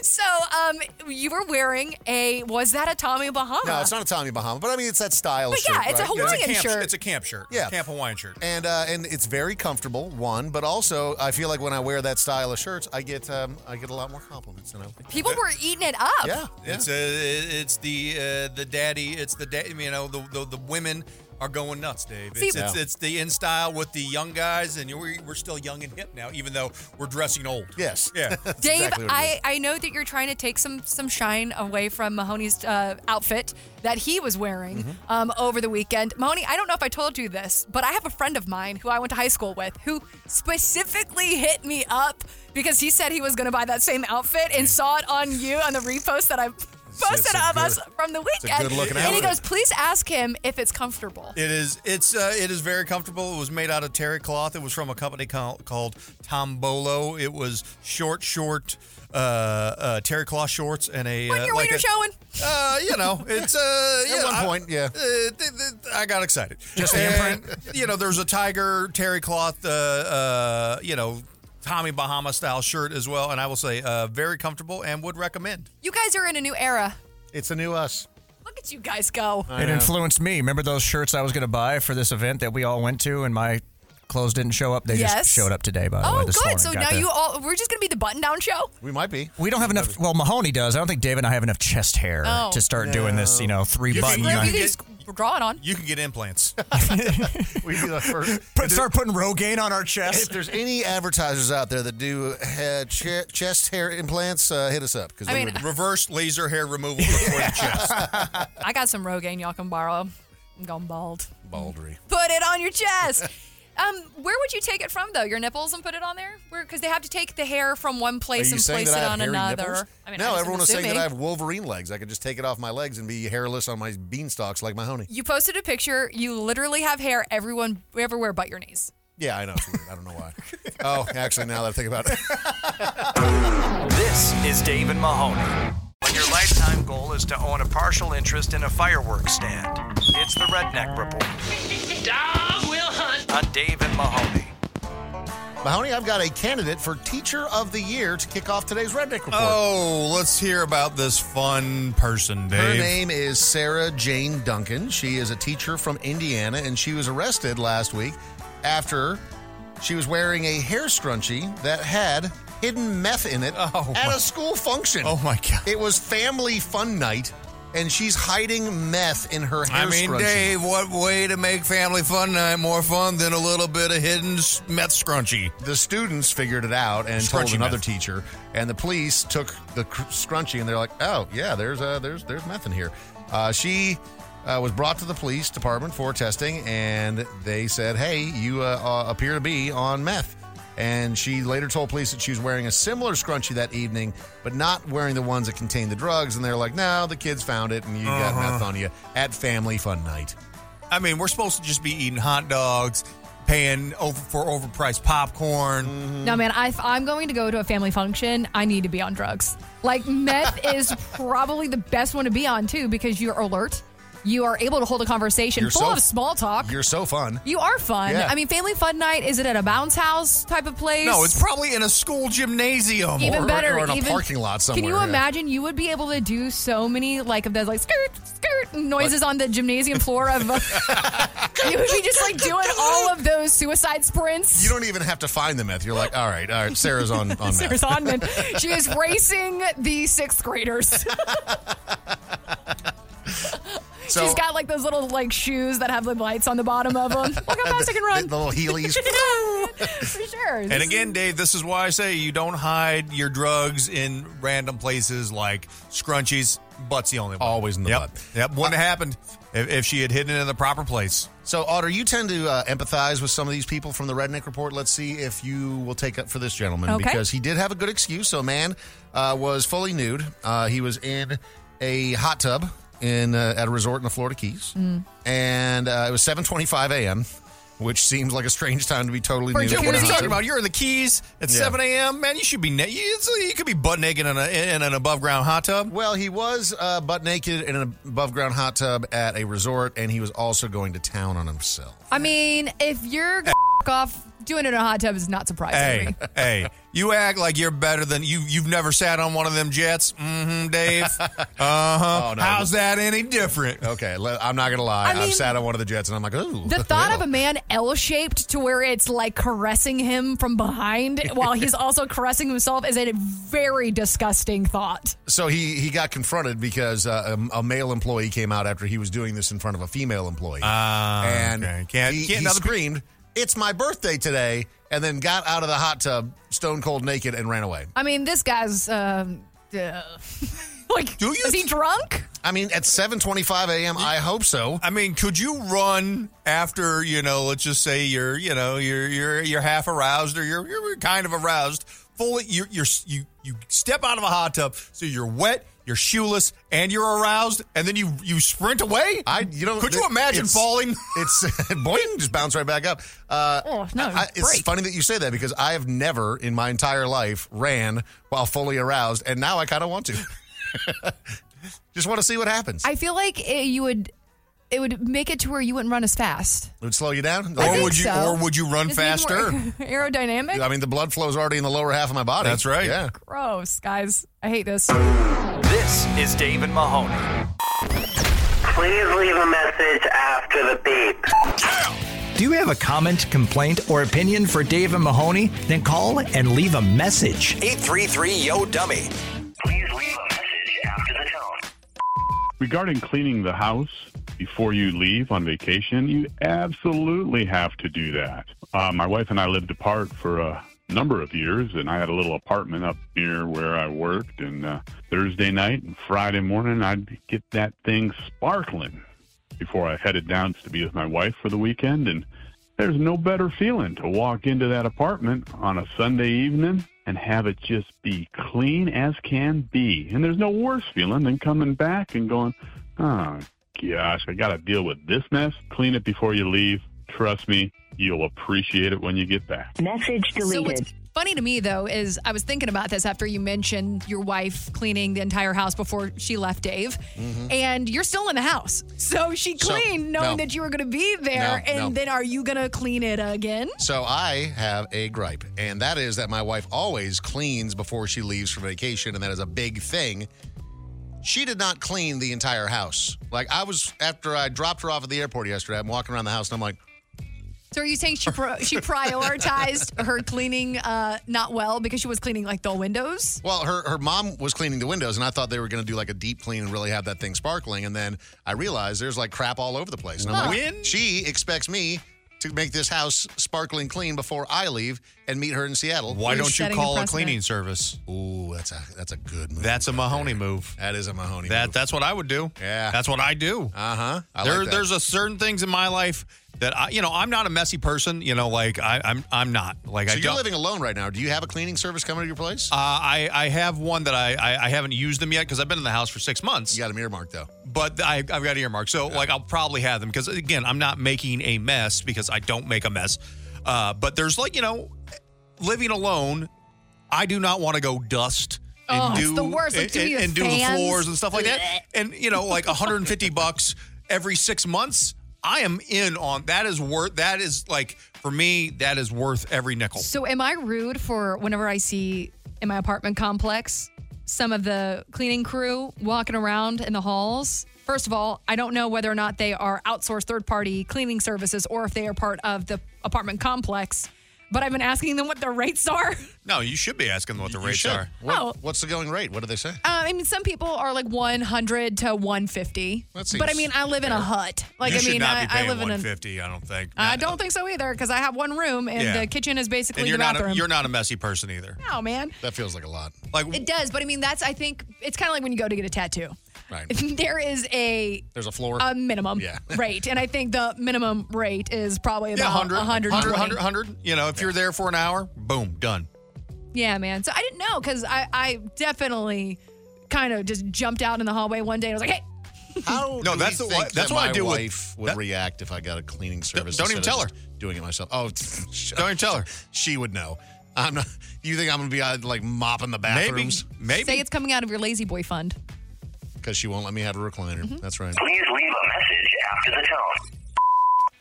so um, you were wearing a, was that a Tommy Bahama?
No, it's not a Tommy Bahama, but I mean, it's that style
But
shirt.
yeah, it's a
right?
Hawaiian
camp,
shirt.
It's a camp shirt.
Yeah.
Camp Hawaiian shirt.
And uh, and it's very comfortable, one, but also I feel like when I wear that style of shirts, I get um, I get a lot more compliments. You know,
People were eating it up.
Yeah.
It's uh, it's the uh, the daddy. It's the da- you know the, the the women are going nuts, Dave. It's
See-
it's,
Yeah.
it's the in style with the young guys, and we're, we're still young and hip now, even though we're dressing old.
Yes.
Yeah.
Dave, I, I know that you're trying to take some some shine away from Mahoney's uh, outfit that he was wearing
Mm-hmm.
um, over the weekend. Mahoney, I don't know if I told you this, but I have a friend of mine who I went to high school with who specifically hit me up because he said he was going to buy that same outfit and saw it on you on the repost that I posted
a
of us
good-
from the
it's a
weekend.
good-looking
and he
outfit.
goes, please ask him if it's comfortable.
It is. It's. Uh, it is very comfortable. It was made out of terry cloth. It was from a company cal- called Tombolo. It was short, short uh, uh, terry cloth shorts and a.
Wasn't
uh,
your
like
wiener
a-
showing?
Uh, you know, it's. Uh,
At
you know,
one
I-
point, yeah.
Uh, th- th- I got excited.
Just the
And, you know, there's a tiger terry cloth. Uh, uh, you know, Tommy Bahama style shirt as well, and I will say, uh, very comfortable and would recommend.
You guys are in a new era.
It's a new us.
Look at you guys go.
It influenced me. Remember those shirts I was going to buy for this event that we all went to, and my clothes didn't show up. They
Yes.
just showed up today. By the
oh,
way,
good.
this morning.
So
Got
now
the-
you all, we're just going to be the button down show?
We might be.
We don't have enough. Well, Mahoney does. I don't think Dave and I have enough chest hair
Oh.
to start doing this. You know, three
You
button.
can- you can
He's drawing on.
You can get implants.
we do that first.
Put- start putting Rogaine on our chest.
If there's any advertisers out there that do uh, che- chest hair implants, uh, hit us up because
I
we
mean-
would
reverse laser hair removal before the chest.
I got some Rogaine y'all can borrow. I'm going bald.
Baldery.
Put it on your chest. Um, where would you take it from though? Your nipples and put it on there? Because they have to take the hair from one place and place it on another.
no,
just
everyone
am
was saying that
assuming.
I have Wolverine legs. I could just take it off my legs and be hairless on my beanstalks like Mahoney.
You posted a picture. You literally have hair everyone everywhere but your knees.
Yeah, I know. It's weird. I don't know why. Oh, actually, now that I think about it.
This is Dave and Mahoney. When your lifetime goal is to own a partial interest in a fireworks stand, it's the Redneck Report
Dog will hunt.
on Dave and Mahoney.
Mahoney, I've got a candidate for Teacher of the Year to kick off today's Redneck Report.
Oh, let's hear about this fun person, Dave.
Her name is Sarah Jane Duncan. She is a teacher from Indiana, and she was arrested last week after she was wearing a hair scrunchie that had hidden meth in
Oh
it at a school function. Oh
my god!
It was family fun night, and she's hiding meth in her hair
I mean,
scrunchie.
Dave, what way to make family fun night more fun than a little bit of hidden s- meth scrunchie?
the students figured it out and told
Scrunchy
another
meth.
teacher, and the police took the cr- scrunchie and they're like, "Oh yeah, there's uh, there's there's meth in here." Uh, she uh, was brought to the police department for testing, and they said, "Hey, you uh, uh, appear to be on meth." And she later told police that she was wearing a similar scrunchie that evening, but not wearing the ones that contained the drugs. And they're like, "No, the kids found it, and you got
Uh-huh.
meth on you at family fun night."
I mean, we're supposed to just be eating hot dogs, paying over for overpriced popcorn.
Mm.
uh,
No man, I, if I'm going to go to a family function, I need to be on drugs. Like meth is probably the best one to be on too because you're alert. You are able to hold a conversation
You're
full
so-
of small talk.
You're so fun.
You are fun.
Yeah.
I mean, family fun night. Is it at a bounce house type of place?
No, it's probably in a school gymnasium.
even
or-
better.
or in a
even-
parking lot
Can
somewhere,
you
yeah.
imagine? You would be able to do so many like of those like skirt skirt noises on the gymnasium floor of. you would be just like doing all of those suicide sprints.
You don't even have to find the meth. You're like, "All right, all right, Sarah's on on meth."
Sarah Sonman. She is racing the sixth graders.
So-
She's got like those little like shoes that have the lights on the bottom of them. Look how fast I can run.
The little Heelys.
For sure.
And again, Dave, this is why I say you don't hide your drugs in random places like scrunchies. Butt's the only one.
Always in the
yep.
butt.
Yep, wouldn't have happened if, if she had hidden it in the proper place.
So, Otter, you tend to uh, empathize with some of these people from the Redneck Report. Let's see if you will take up for this gentleman
Okay.
because he did have a good excuse. So, a man uh, was fully nude. Uh, he was in a hot tub in uh, at a resort in the Florida Keys,
Mm.
and uh, it was seven twenty five a.m., which seems like a strange time to be totally nude.
Virginia,
at
what are
one
you
hot
talking
tub.
about? You're in the Keys at
Yeah.
7 a.m. Man, you should be na- you, it's- you could be butt naked in, a, in an above ground hot tub.
Well, he was uh, butt naked in an above ground hot tub at a resort, and he was also going to town on himself.
I mean, if you're
off. Doing it in a hot tub is not surprising. to
Hey,
me.
hey, you act like you're better than you. You've never sat on one of them jets, mm-hmm, Dave. Uh huh.
Oh, no.
How's that any different?
Okay, le- I'm not gonna lie.
I
I
mean-
have sat on one of the jets, and I'm like, ooh.
The thought of a man L shaped to where it's like caressing him from behind while he's also caressing himself is a very disgusting thought.
so he he got confronted because uh, a, a male employee came out after he was doing this in front of a female employee,
Ah,
and
Ah, okay. Can't-
he,
can't
he
another-
screamed, "It's my birthday today!" and then got out of the hot tub, stone cold naked, and ran away.
I mean, this guy's um, uh, like, is he drunk?
I mean, at 7:25 a.m., I hope so.
I mean, could you run after you know? Let's just say you're you know you're you're you're half aroused or you're you're kind of aroused. Fully, you you're you you step out of a hot tub, so you're wet. You're shoeless and you're aroused, and then you you sprint away.
I you know
Could you
th-
imagine
it's-
falling?
It's boing, just bounce right back up. Uh,
Oh, no,
I- it's
break.
funny that you say that because I have never in my entire life ran while fully aroused, and now I kind of want to. just want to see what happens.
I feel like it, you would, it would make it to where you wouldn't run as fast.
It would slow you down,
I think so.
run
Just need more aerodynamic?
I mean, the blood flow's already in the lower half of my body.
That's right.
Yeah.
Gross, guys. I hate this.
This is Dave and Mahoney.
Please leave a message after the beep.
Do you have a comment, complaint, or opinion for Dave and Mahoney? Then call and leave a message.
833 Yo Dummy.
Regarding cleaning the house before you leave on vacation, you absolutely have to do that. Uh, my wife and I lived apart for a number of years, and I had a little apartment up near where I worked. And uh, Thursday night and Friday morning, I'd get that thing sparkling before I headed down to be with my wife for the weekend. And there's no better feeling to walk into that apartment on a Sunday evening and have it just be clean as can be. And there's no worse feeling than coming back and going, oh, gosh, I got to deal with this mess. Clean it before you leave. Trust me, you'll appreciate it when you get back.
Message deleted.
Funny to me though is I was thinking about this after you mentioned your wife cleaning the entire house before she left Dave, and you're still in the house, so she
Mm-hmm. So,
cleaned knowing
no.
that you were going to be there,
No,
and
no.
then are you going to clean it again?
So I have a gripe, and that is that my wife always cleans before she leaves for vacation, and that is a big thing. She did not clean the entire house. Like I was after I dropped her off at the airport yesterday. I'm walking around the house, and I'm like,
So are you saying she pro- she prioritized her cleaning uh, not well because she was cleaning like the windows?
Well, her, her mom was cleaning the windows, and I thought they were going to do like a deep clean and really have that thing sparkling. And then I realized there's like crap all over the place. And I'm like,
Win.
she expects me to make this house sparkling clean before I leave and meet her in Seattle.
Why don't you call a cleaning service?
Ooh, that's a that's a good move.
That's a Mahoney move.
That is a Mahoney
that, That's what I would do. Yeah. That's what I do.
Uh huh.
There, there's a certain things in my life that I, you know, I'm not a messy person. You know, like I, I'm, I'm not. Like
So
I
you're
don't.
living alone right now. Do you have a cleaning service coming to your place?
Uh, I, I have one that I, I, I haven't used them yet because I've been in the house for six months. You
got them earmarked though.
But I, I've got earmarks, so like I'll probably have them because again, I'm not making a mess because I don't make a mess. Uh, but there's like you know, living alone, I do not want to go dust. And
Oh, it's
do,
the worst. Like,
and,
too many
and do the
fans.
floors and stuff like that. And you know, like 150 bucks every six months. I am in on that is worth that is like for me, that is worth every nickel.
So am I rude for whenever I see in my apartment complex some of the cleaning crew walking around in the halls? First of all, I don't know whether or not they are outsourced third party cleaning services or if they are part of the apartment complex, but I've been asking them what their rates are.
no, you should be asking what the rates
should.
are.
What-
Oh.
What's the going rate? What do they say?
Uh, I mean, some people are like 100 to 150.
That
but I
seems
mean, I live in a hut. Like,
you
I
should
mean,
not
I,
be
I
paying
live in a.
150. I don't think.
I don't think so either because I have one room and
Yeah.
the kitchen is basically
and you're
the
not
bathroom.
a, you're not a messy person either.
no, man.
That feels like a lot.
Like
It does, but I mean, that's I think it's kind of like when you go to get a tattoo.
Right.
there is a
There's a floor.
a minimum
Yeah.
rate, and I think the minimum rate is probably
yeah,
about
100,
100,
100, 100, You know, if you're there for an hour, boom, done.
Yeah, man. So I didn't know because I I definitely kind of just jumped out in the hallway one day and was like, hey.
How
No,
Oh, do
that's
we
the wa-
think
that's
that
what I
my
do with-
wife would
that-
react if I got a cleaning service.
don't even
instead of
tell her.
just Doing it myself. Oh,
Don't even tell her.
She would know. I'm not. You think I'm gonna be uh, like mopping the bathrooms?
Say it's coming out of your lazy boy fund.
Mm-hmm.
because she won't let me have a recliner. That's right.
Please leave a message after the tone.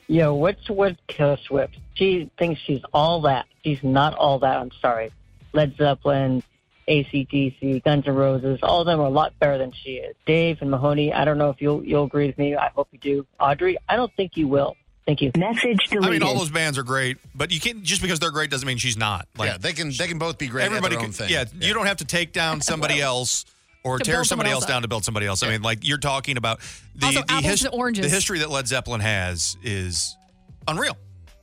Yeah, what's with Taylor Swift? She thinks she's all that. She's not all that. I'm sorry. Led Zeppelin, ACDC, Guns N' Roses, all of them are a lot better than she is. Dave and Mahoney, I don't know if you'll you'll agree with me. I hope you do. Audrey, I don't think you will. Thank you. Message
I mean, all those bands are great, but you can't just because they're great doesn't mean she's not.
yeah, they can they can both be great. at
Everybody
their
can.
own thing.
Yeah, you don't have to take down somebody else or
To
tear
build
somebody
someone
else
else
down to build somebody else. I mean, like you're talking about the
Also,
the,
apples and oranges.
the history that Led Zeppelin has is unreal.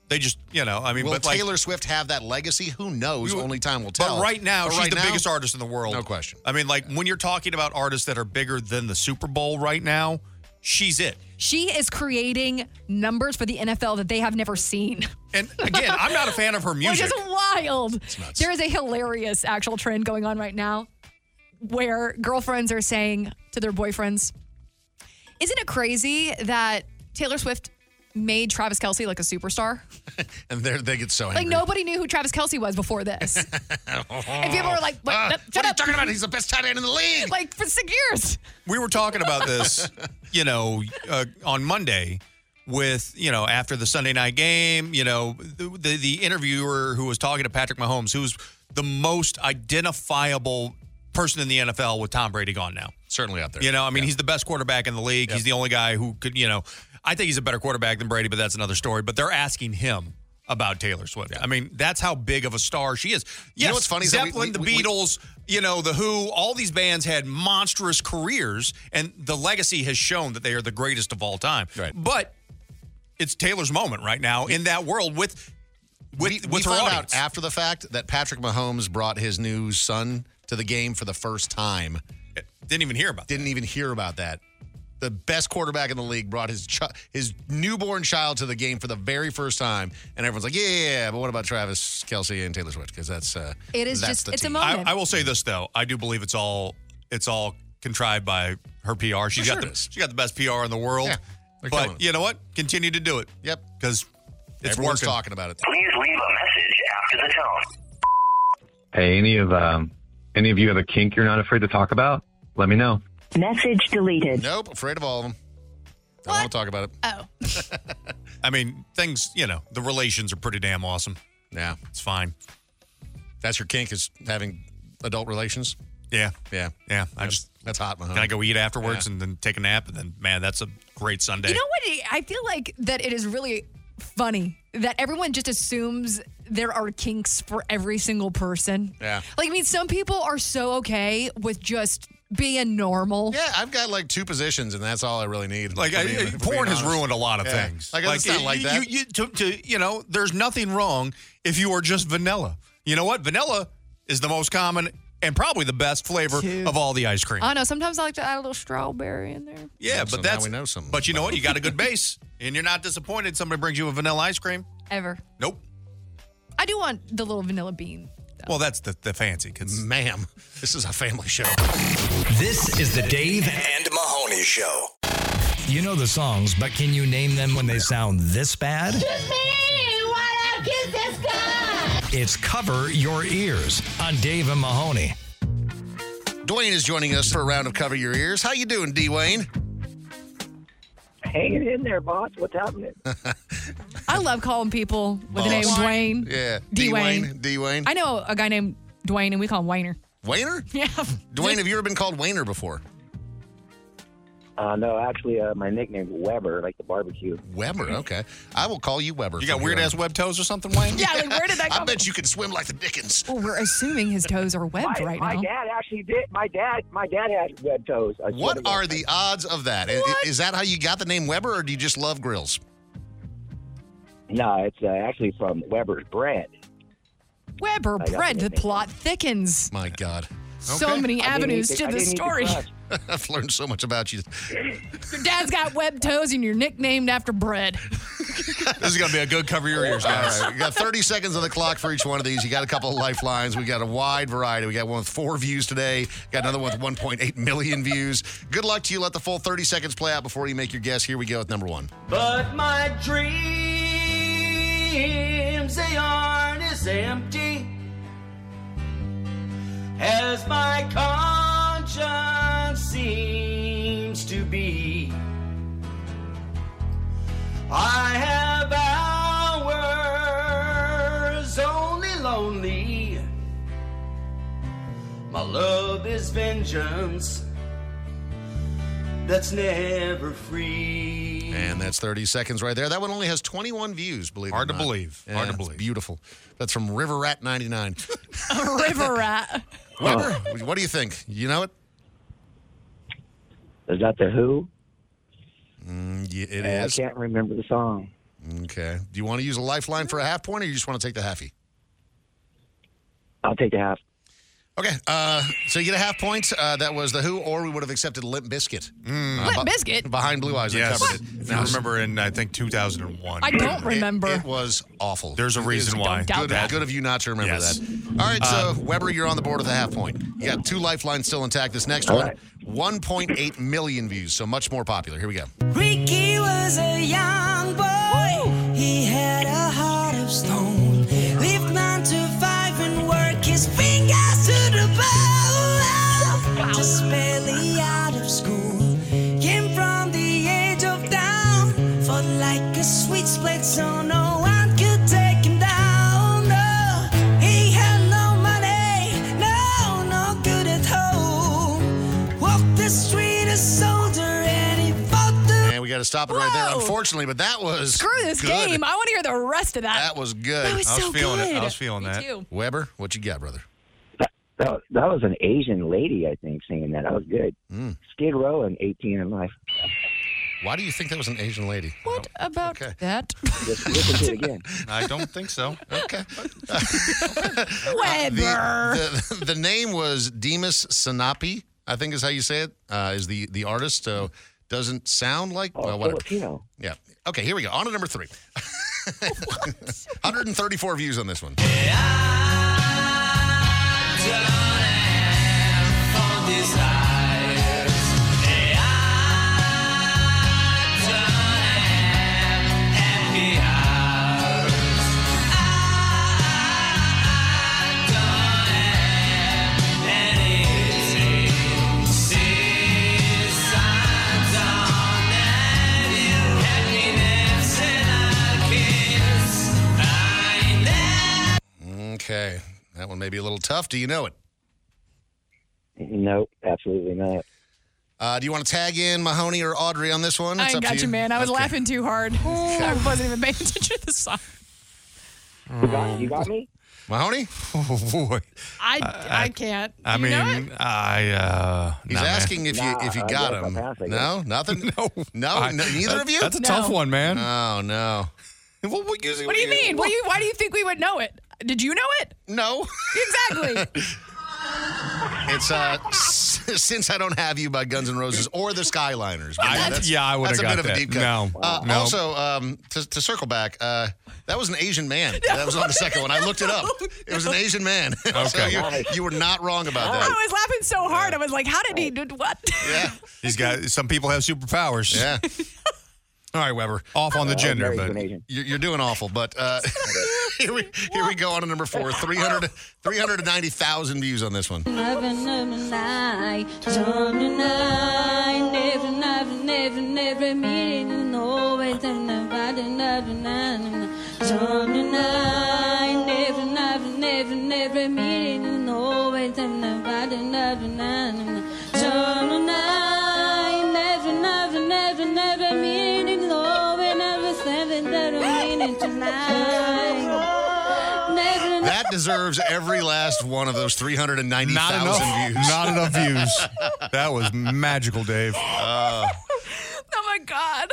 They just, you know, I mean,
Will
but like,
Taylor Swift have that legacy? Who knows?
You-
Only time will tell.
but right now
But
she's
right
the
now,
biggest artist in the world.
No question.
I mean, like when you're talking about artists that are bigger than the Super Bowl right now, she's it.
She is creating numbers for the NFL that they have never seen.
And again, I'm not a fan of her music.
Which is wild. There is a hilarious actual trend going on right now where girlfriends are saying to their boyfriends, Isn't it crazy that Taylor Swift made Travis Kelsey like a superstar?
and they they get so angry.
Like nobody knew who Travis Kelsey was before this.
and
people were like, what-
Ah, what
shut
are you
up."
talking about? He's the best tight end in the league.
like for six years.
we were talking about this, you know, uh, on Monday with, you know, after the Sunday night game, you know, the, the, the interviewer who was talking to Patrick Mahomes, who's the most identifiable person in the NFL with Tom Brady gone now.
Certainly out there.
You know, I mean, he's the best quarterback in the league. He's the only guy who could, you know, I think he's a better quarterback than Brady, but that's another story. But they're asking him about Taylor Swift. I mean, that's how big of a star she is. Yes,
You know what's funny is that we-
Zeppelin,
we- we-
the Beatles, you know, the Who, all these bands had monstrous careers, and the legacy has shown that they are the greatest of all time. Right. But it's Taylor's moment right now in that world with with
we,
with
we
her
found
audience.
out after the fact that Patrick Mahomes brought his new son to the game for the first time.
Didn't even hear about.
Didn't even hear about that. The best quarterback in the league brought his chi- his newborn child to the game for the very first time, and everyone's like, "Yeah, yeah, yeah, but what about Travis Kelsey and Taylor Swift? Because that's uh, that's the team.
I, I will say this though, I do believe it's all it's all contrived by her PR. She's
For
got
sure it
the, she got the best PR in the world.
Yeah, they're killing
but you know what? Continue to do it.
Yep,
because it's
Everyone's
working.
talking about it.
Please leave a message after the tone.
Hey, any of um, any of you have a kink you're not afraid to talk about? Let me know.
Message deleted.
Nope, afraid of all of them. Don't want to talk about it.
I mean, things you know, the relations are pretty damn awesome.
Yeah,
it's fine.
That's your kink is having adult relations.
Yeah,
yeah,
yeah. I
That's-
just
that's hot. Mahoney.
Can I go eat afterwards
Yeah.
and then take a nap and then man, that's a great Sunday.
You know what? I feel like that it is really funny that everyone just assumes there are kinks for every single person.
Yeah.
Like, I mean, some people are so okay with just being normal.
Yeah, I've got like two positions, and that's all I really need.
Like,
for
I-
being-
I-
for being
porn has
honest.
ruined a lot of
Yeah.
things.
Like, it's not like
you-
that.
You, you, to, to, you know, there's nothing wrong if you are just vanilla. You know what? Vanilla is the most common and probably the best flavor of all the ice cream.
I don't know. Sometimes I like to add a little strawberry in there.
yeah, but
now
that's
we know something
But you know what? You got a good base, and you're not disappointed. Somebody brings you a vanilla ice cream.
Ever.
Nope.
I do want the little vanilla bean.
Well, that's the, the fancy kids.
Ma'am, this is a family show.
This is the Dave
and Mahoney Show.
You know the songs, but can you name them when they sound this bad? It's Cover Your Ears on Dave and Mahoney.
Dwayne is joining us for a round of Cover Your Ears. How you doing, Dwayne?
Hang it in there, boss. What's happening?
I love calling people with the name
Boss.
Dwayne.
Yeah,
Dwayne.
Dwayne.
I know a guy named Dwayne, and we call him Wayner.
Wayner.
Yeah.
Dwayne, have you ever been called Wayner before?
Uh, no, actually, uh, my nickname is Weber, like the barbecue.
Mm-hmm.
Weber, okay. I will call you Weber.
You got
from
weird
here
ass
on.
web toes or something, Wayne?
Yeah, like, where did that
I bet you could swim like the Dickens.
Well, we're assuming his toes are webbed
my,
right
my
now.
dad actually did. My dad, my dad had web toes. I swear to
What
God.
are the odds of that? I- i- Is that how you got the name Weber, or do you just love grills?
No, it's uh, actually from Weber's bread.
Weber
I got
bread.
the
The
nickname.
plot thickens.
My God.
So
Okay.
many avenues to this story.
I've learned so much about you.
Your dad's got web toes, and you're nicknamed after bread.
This is going to be a good cover your ears,
All
guys.
right, we got 30 seconds on the clock for each one of these. You got a couple of lifelines. We got a wide variety. We got one with four views today. Got another one with 1.8 million views. Good luck to you. Let the full 30 seconds play out before you make your guess. Here we go with number one.
But my dreams, they aren't as empty as my conscience seems to be. I have
My love is vengeance that's never free.
And that's 30 seconds right there. That one only has 21 views, believe
Hard
it or
to
not.
believe. Hard to
it's Beautiful. That's from River Rat 99.
A river rat.
Weber,
Oh.
what do you think? You know it?
Is that the Who?
Mm, yeah, it
Uh,
is.
I can't remember the song.
Okay. Do you want to use a lifeline for a half point or you just want to take the halfie?
I'll take a half.
Okay. Uh, so you get a half point. Uh, that was the Who, or we would have accepted Limp Biscuit. Mm.
Limp Bizkit?
Behind Blue Eyes. they
Yes.
covered it.
If you remember in, I think, 2001.
I don't remember.
It, it was awful.
There's a
It
reason
is
why.
Good,
That-
good of you not to remember
Yes. Um,
that. All right, so Weber, you're on the board with a half point. You got two lifelines still intact. This next one, 1.8 million views, so much more popular. Here we go.
Ricky was a young boy. He had a heart of stone. Lived nine to five and worked his fingers to the bone. Just barely out of school. Came from the age of down. Fought like a sweet split, so no one could take him down. No, he had no money. No, no good at home. Walked the street a soldier and he fought the
And we got to stop it right there,
Whoa.
unfortunately, but that was.
Screw this
good.
game. I want to hear the rest of that.
That was good.
That was I was so feeling it. I good. was
feeling
Me that. too.
Weber, what you got, brother?
That, that was an Asian lady, I think, singing that. That was good. Skid Row and 18 in Life.
Why do you think that was an Asian lady?
What about that?
Just listen to it again.
I don't think so.
Okay.
Weber.
The, the, the name was Demas Sanapi, I think is how you say it, uh, is the, the artist. So doesn't sound like.
Oh,
well, whatever.
Filipino.
Yeah. Okay, here we go. On to number three. 134 views on this one. Okay. That one may be a little tough. Do you know it?
Nope, absolutely not.
Uh, do you want to tag in Mahoney or Audrey on this one? It's
I ain't
up to
got you. man. I was
Okay.
laughing too hard. I wasn't even paying attention to the song.
You got, you got me?
Mahoney?
Oh, boy.
I, I, can't.
Uh, I
You
mean,
know it?
I. Uh,
He's
nah, man.
asking if you if you got him. No, nothing. no, no,
I-
n- neither
that-
of you.
that's a tough No. one, man.
Oh no.
What, what, you-
what do you mean? What do you, why do you think we would know it? Did you know it?
No.
Exactly.
It's uh, since I don't have you by Guns N' Roses or the Skyliners.
I- yeah, I would've
That's a
got
bit of
that.
a deep cut.
No,
Uh,
no.
Also, um, to, to circle back, uh, that was an Asian man. That was on the second one. I looked it up. It was an Asian man. so
Okay.
you, you were not wrong about
Oh, I
that.
was laughing so hard. I was like, how did he
Oh.
do what?
These guys, some people have superpowers.
Yeah. All right, Weber.
Off on the gender, but
You're, you're doing awful, but uh, here, we, here we go on to number four 300, 390,000 views on this one.
Never, never, lie. Don't deny. Never, never, never, never meaning and always and nobody, never, never, Don't deny. Never, never, never, never meaning and always and nobody, never, never, Don't deny. Never, never, never, never meaning and always never seven that meaning tonight. Never, never.
That deserves every last one of those 390,000
not enough.
views.
Not enough views. That was magical, Dave.
Uh,
Oh my God.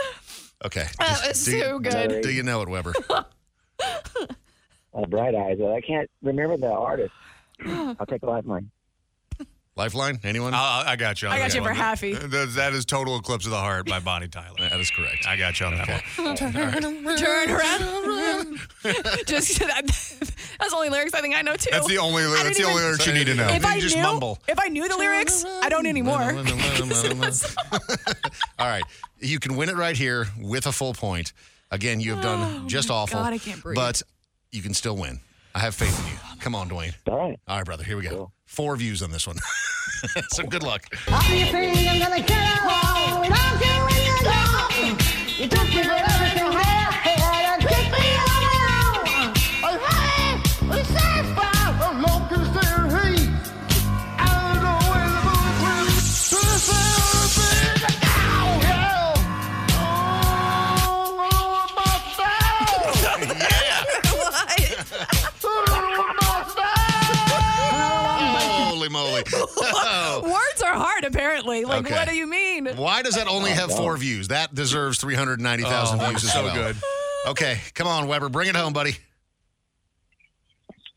okay.
That
Just
was
do you-
Oh, so good.
Do you know it, Weber?
Oh, Bright Eyes. Well, I can't remember the artist. I'll take a lifeline.
Lifeline? Anyone?
Uh, I got you. On
I got
that
you for
one.
happy.
That- that is Total Eclipse of the Heart by Bonnie Tyler.
That is correct.
I got you on that one.
Turn around. Just that, that's the only lyrics I think I know too.
That's the only.
I
That's the
didn't
only
even-
lyrics you need to know.
If I knew, if I knew the lyrics, I don't anymore.
All right. You can win it right here with a full point. Again, you have done
Oh,
just
my
awful.
God, I can't breathe.
But you can still win. I have faith in you. Come on, Dwayne.
All right.
All right, brother. Here we go. Four views on this one. so good luck.
Off your feet, I'm gonna get out and I'll do when you know. You took me for everything I had and took me all alone. Oh, honey, we satisfied. I'm not concerned, hey. I'm
really.
Words are hard, apparently. Like,
Okay.
what do you mean?
Why does that
Oh
only have four views? That deserves 390,000
Oh,
views as
so
well.
good.
Okay, come on, Weber. Bring it home, buddy.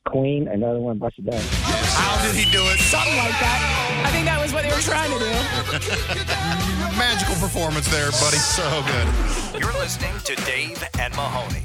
Queen, another one busted down.
How did he do it?
Something like that. I think that was what they were trying to do.
Magical performance there, buddy. So good.
You're listening to Dave and Mahoney.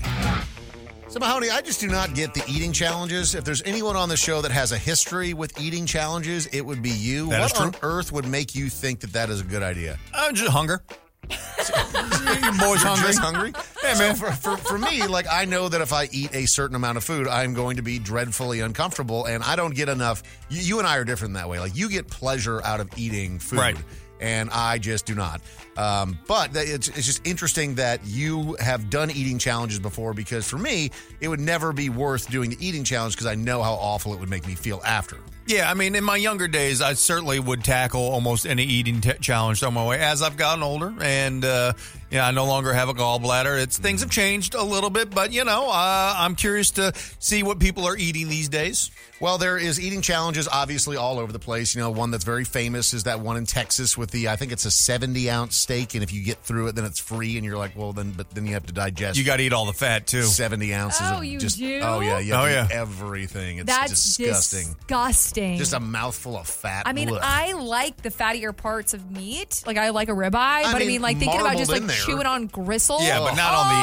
So, Mahoney, I just do not get the eating challenges. If there's anyone on the show that has a history with eating challenges, it would be you.
That
what
is true.
on earth would make you think that that is a good idea?
Oh, just hunger. Your boy's
You're
hungry.
just hungry?
Yeah, man.
for, for, for me, like, I know that if I eat a certain amount of food, I'm going to be dreadfully uncomfortable, and I don't get enough. You, you and I are different that way. Like, you get pleasure out of eating food.
Right.
And I just do not. Um, but that- it's, it's just interesting that you have done eating challenges before because for me, it would never be worth doing the eating challenge because I know how awful it would make me feel after.
Yeah, I mean, in my younger days, I certainly would tackle almost any eating t- challenge on my way. As I've gotten older, and uh, yeah, I no longer have a gallbladder. It's things have changed a little bit, but you know, uh, I'm curious to see what people are eating these days.
Well, there is eating challenges obviously all over the place. You know, one that's very famous is that one in Texas with the I think it's a seventy ounce steak, and if you get through it, then it's free, and you're like, well, then but then you have to digest.
You got to eat all the fat too.
seventy ounces.
Oh,
of
you
just,
do?
Oh yeah, yeah.
Oh, yeah.
Everything. It's
That's
disgusting.
disgusting.
Just a mouthful of fat.
I mean,
Blech.
I like the fattier parts of meat. Like I like a ribeye, but I
mean,
mean, like thinking about just
marbled
like
in there.
chewing on gristle.
Yeah, but not on the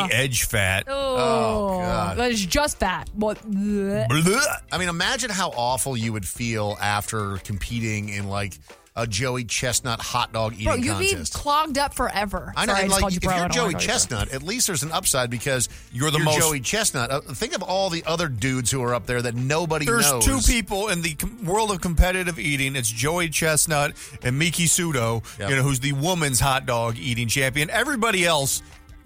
not the edge fat.
Oh,
God.
that is just fat. What?
Blech.
I mean, imagine how awful you would feel after competing in like a Joey Chestnut hot dog eating
Bro, you'd
contest.
be clogged up forever.
I know,
Sorry,
and
just
like
called you
if
bro. I
you're
don't wanna
Joey
call you bro.
Chestnut, at least there's an upside because
You're the most-
Joey Chestnut. Uh, think of all the other dudes who are up there that nobody
There's
knows.
two people in the com- world of competitive eating. It's Joey Chestnut and Miki Sudo,
Yep.
you know, who's the woman's hot dog eating champion. Everybody else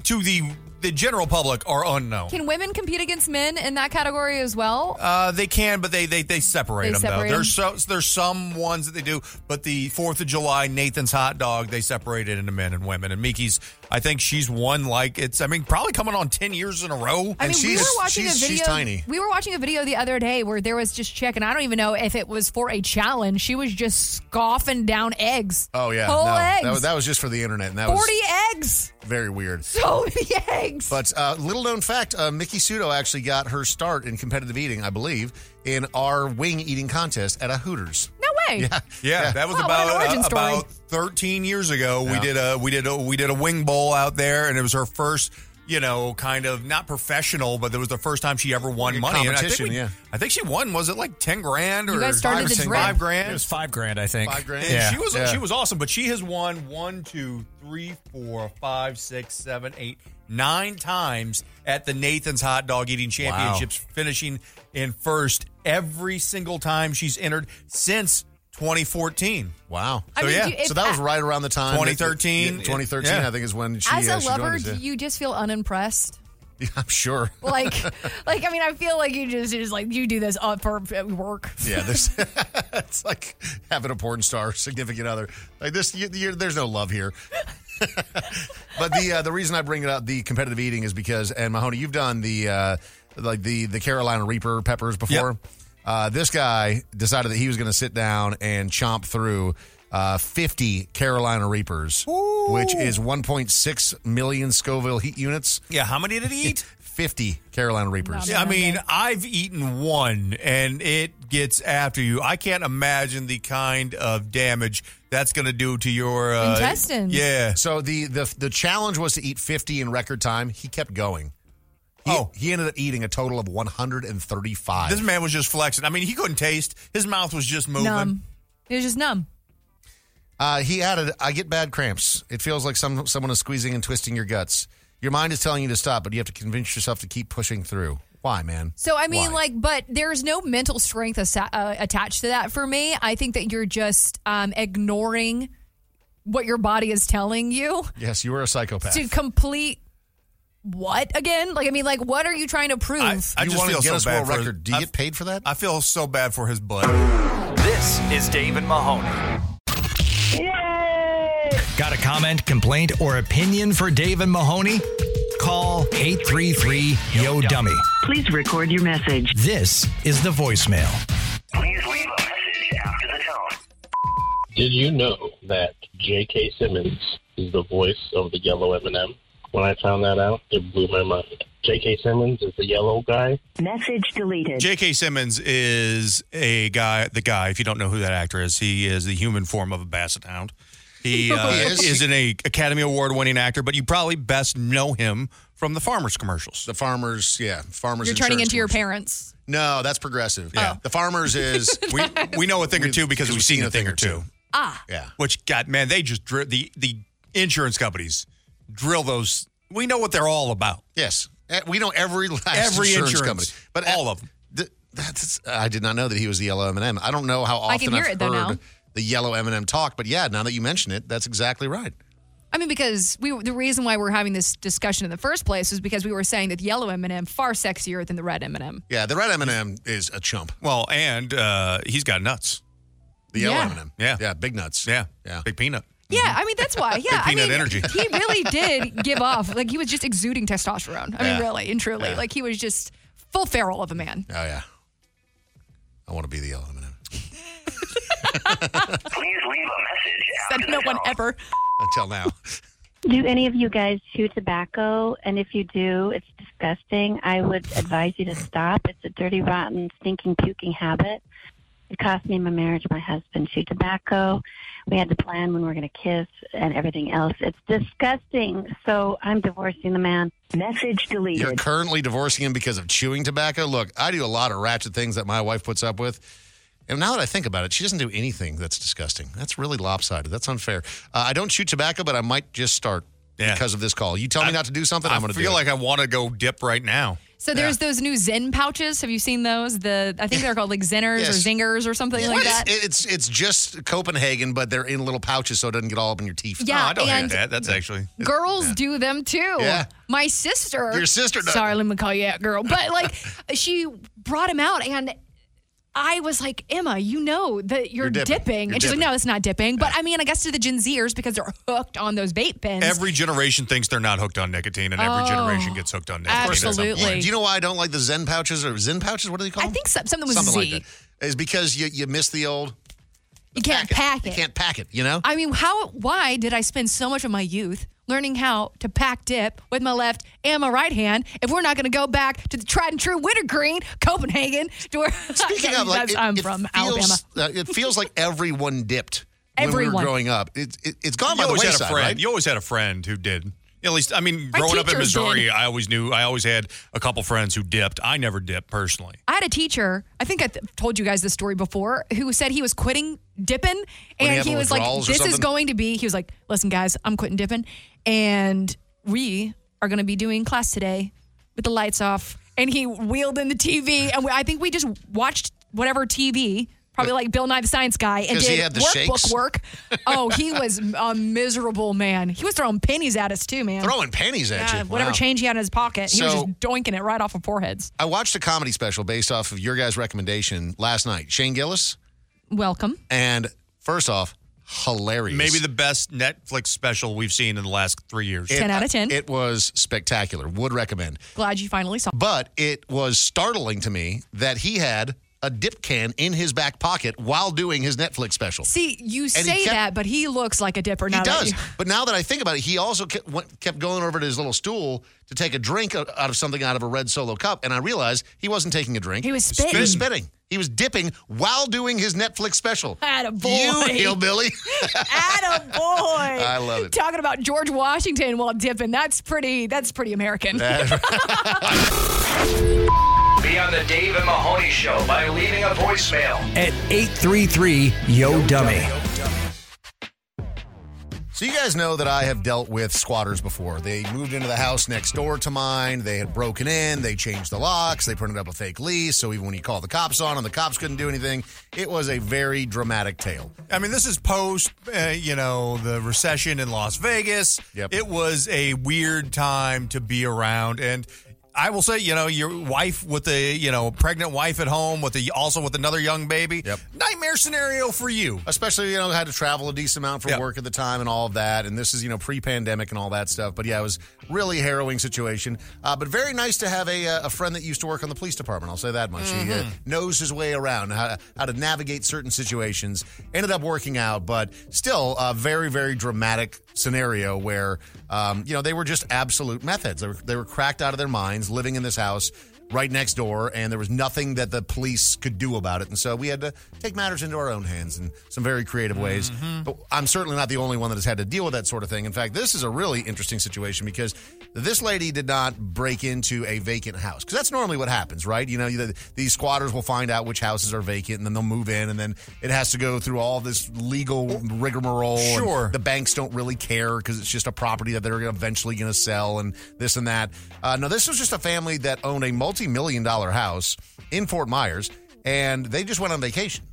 to the the general public are unknown.
Can women compete against men in that category as well?
Uh, they can, but they they, they separate
They
them
separate
though. There's so, there's some ones that they do, but the Fourth of July Nathan's hot dog they separate it into men and women. And Miki's, I think she's won like it's. I mean, probably coming on ten years in a row.
I mean, we were watching a video.
she's tiny.
We were watching a video the other day where there was just chick, and I don't even know if it was for a challenge. She was just scoffing down eggs.
Oh yeah,
whole
no,
eggs.
That, was, that was just for the internet, and that
Forty
was
eggs.
very weird.
So many eggs.
But uh, little known fact, uh, Mickey Sudo actually got her start in competitive eating, I believe, in our wing eating contest at a Hooters.
No way.
Yeah,
Yeah, that was
Wow, what an
about
origin
uh,
story.
about 13 years ago. We
Yeah.
did a we did a we did a wing bowl out there, and it was her first. You know, kind of not professional, but it was the first time she ever won
Like a
money. And I think
competition,
we-
yeah.
I think she won. Was it like ten grand or
You guys started
five, or
the
10
drip.
five grand?
It was five grand, I think.
Five grand.
And
Yeah.
she was
Yeah.
she was awesome, but she has won one, two, three, four, five, six, seven, eight, nine times at the Nathan's Hot Dog Eating Championships, finishing in first every single time she's entered since 2014.
Wow.
I
So,
mean,
yeah.
do you- if-
so that was right around the time that-
2013.
yeah, 2013,
Yeah.
I think, is when she.
As
uh,
a
she
lover,
joined
do
us, yeah.
you just feel unimpressed?
I'm sure.
Like, like I mean, I feel like you just, just like you do this uh, for at work.
Yeah, there's it's like having a porn star significant other. Like this, you, you're, there's no love here. but the uh, the reason I bring it up, the competitive eating, is because and Mahoney, you've done the uh, like the the Carolina Reaper peppers before. Uh, this guy decided that he was going to sit down and chomp through. Uh, 50 Carolina Reapers, which is 1.6 million Scoville heat units.
Yeah, how many did he eat?
50 Carolina Reapers.
Yeah, I mean, I've eaten one and it gets after you. I can't imagine the kind of damage that's going to do to your uh,
Intestines.
Yeah.
So the, the the challenge was to eat 50 in record time. He kept going. He,
Oh.
he ended up eating a total of 135.
This man was just flexing. I mean, he couldn't taste. His mouth was just moving.
numb. It was just numb.
Uh, he added, "I get bad cramps. It feels like some someone is squeezing and twisting your guts. Your mind is telling you to stop, but you have to convince yourself to keep pushing through. Why, man?
So I mean,
Why?
like, but there's no mental strength assa- uh, attached to that for me. I think that you're just um, ignoring what your body is telling you
yes, you were a psychopath.
to complete what again? Like, I mean, like, what are you trying to prove?
I
you
just
want
feel
to
so
Guinness
bad
World
for-
Record? Do you
I've-
get paid for that?
I feel so bad for his butt.
This is Dave and Mahoney.
Got a comment, complaint, or opinion for Dave and Mahoney? Call 833 Yo Dummy.
Please record your message.
This is the voicemail.
Please leave a message after the
Did you know that J.K. Simmons is the voice of the yellow M&M? When I found that out, it blew my mind. J.K. Simmons is the yellow guy.
Message deleted.
J.K. Simmons is a guy. The guy, if you don't know who that actor is, he is the human form of a basset hound. He uh,
He
is.
is.
an a, Academy Award winning actor, but you probably best know him from the Farmers commercials.
The Farmers, yeah, Farmers.
You're turning
insurance
into your Oh. parents.
No, that's progressive.
Yeah.
The farmers is
we we know a thing or two because we've seen a thing or two.
Ah.
Yeah.
Which God, man, they just drill the the insurance companies drill those. We know what they're all about.
Yes, Eh, we know every last
Every
insurance,
insurance.
company, but all of them. that's I did not know that he was the yellow M and m I don't know how often
I can hear
have
it, though,
heard
now.
the yellow M and m talk, but yeah, now that you mention it, that's exactly right.
I mean, because we the reason why we're having this discussion in the first place is because we were saying that the yellow M&M far sexier than the red M&M.
Yeah, the red M and m is a chump.
Well, and uh, he's got nuts.
The yellow
Yeah.
M&M.
Yeah,
yeah, big nuts.
Yeah, yeah, big peanut.
Yeah, I mean that's why. Yeah, I
peanut
mean,
energy.
He really did give off like he was just exuding testosterone. I
Yeah.
mean, really and truly,
Yeah.
like he was just full feral of a man.
Oh yeah, I want to be the yellow M and m
Said no one ever.
until now.
Do any of you guys chew tobacco? And if you do, it's disgusting. I would advise you to stop. It's a dirty, rotten, stinking, puking habit. It cost me my marriage. My husband chewed tobacco. We had to plan when we were going to kiss and everything else. It's disgusting. So I'm divorcing the man. Message deleted.
You're currently divorcing him because of chewing tobacco. Look, I do a lot of ratchet things that my wife puts up with. And now that I think about it, she doesn't do anything that's disgusting. That's really lopsided. That's unfair. Uh, I don't chew tobacco, but I might just start because of this call. You tell me not to do something, I am going to
feel
do
like I want to go dip right now.
So there's those new Zen pouches. Have you seen those? The I think they're called like Zenners
Yes.
or Zingers or something
it.
like that.
It's, it's it's just Copenhagen, but they're in little pouches so it doesn't get all up in your teeth.
Yeah, No, I don't hate and-
that. That's actually
Girls do them too.
Yeah.
My sister.
Your sister does.
Sorry, let me call you that girl. But like, she brought him out and. I was like, Emma, you know that you're,
You're dipping.
dipping.
You're
and she's
dipping.
like, no, it's not dipping. But I mean, I guess to the Gen Zers because they're hooked on those vape pens.
Every generation thinks they're not hooked on nicotine, and every
Oh.
generation gets hooked on nicotine. at some point.
Absolutely.
Do you know why I don't like the Zen pouches or Zen pouches? What do they call
I
them?
think so- something was
Something
Z.
like that. Is because you, you miss the old,
you can't pack it.
you can't pack it, you know?
I mean, how? Why did I spend so much of my youth learning how to pack dip with my left and my right hand? If we're not going to go back to the tried and true wintergreen Copenhagen, to where
Speaking of, like,
That's-
it-
I'm
it
from Alabama.
feels- uh, it feels like everyone dipped when we
Everyone.
were growing up. It, it, it's gone
you
by the
always had
wayside,
a friend.
right?
You always had a friend who did. At least, I mean,
Our
growing up in
teachers
Missouri,
did.
I always knew. I always had a couple friends who dipped. I never dipped personally.
I had a teacher. I think I th- told you guys this story before. Who said he was quitting dipping,
he
and
had
he, was like,
withdrawals or
"This is
something?
going to be." He was like, "Listen, guys, I'm quitting dipping, and we are going to be doing class today with the lights off." And he wheeled in the TV, and we, I think we just watched whatever TV. Probably like Bill Nye the Science Guy and
'Cause
did
he had the
workbook
shakes.
work. Oh, he was a miserable man. He was throwing pennies at us too, man.
Throwing pennies at
Yeah,
you.
Whatever
Wow.
change he had in his pocket, he was
So-
just doinking it right off of foreheads.
I watched a comedy special based off of your guys' recommendation last night. Shane Gillis,
Welcome.
and first off, hilarious.
Maybe the best Netflix special we've seen in the last three years.
It-
10 out of 10.
It was spectacular. Would recommend.
Glad you finally saw.
But it was startling to me that he had a dip can in his back pocket while doing his Netflix special.
See, you
he
say
kept-
that, but he looks like a dipper
He
now. that
does.
you-
But now that I think about it, he also kept, went, kept going over to his little stool to take a drink out out of something out of a red solo cup. And I realized he wasn't taking a drink.
He was spitting.
He was spitting. He was dipping while doing his Netflix special.
Attaboy.
You hillbilly.
Attaboy.
I love it.
Talking about George Washington while dipping. That's pretty that's pretty American.
Be on the Dave and Mahoney Show by leaving a voicemail.
At 833 Yo Dummy.
So you guys know that I have dealt with squatters before. They moved into the house next door to mine. They had broken in. They changed the locks. They printed up a fake lease. So even when you call the cops on them, the cops couldn't do anything. It was a very dramatic tale.
I mean, this is post, uh, you know, the recession in Las Vegas.
Yep.
It was a weird time to be around, and I will say, you know, your wife with a you know pregnant wife at home with a also with another young baby. Yep. Nightmare scenario for you,
especially you know had to travel a decent amount for work at the time and all of that. And this is you know pre-pandemic and all that stuff. But yeah, it was really harrowing situation. Uh, but very nice to have a uh, a friend that used to work on the police department. I'll say that much. He uh,
Mhm.
knows his way around how how to navigate certain situations. Ended up working out, but still a very very dramatic scenario where um, you know they were just absolute methods. They were, they were cracked out of their minds, living in this house right next door, and there was nothing that the police could do about it. And so we had to take matters into our own hands in some very creative ways. But I'm certainly not the only one that has had to deal with that sort of thing. In fact, this is a really interesting situation because this lady did not break into a vacant house because that's normally what happens, right? You know, you- these squatters will find out which houses are vacant, and then they'll move in, and then it has to go through all this legal rigmarole. and
Sure.
the banks don't really care because it's just a property that they're eventually going to sell and this and that. Uh, no, this was just a family that owned a multi million dollar house in Fort Myers and they just went on vacation.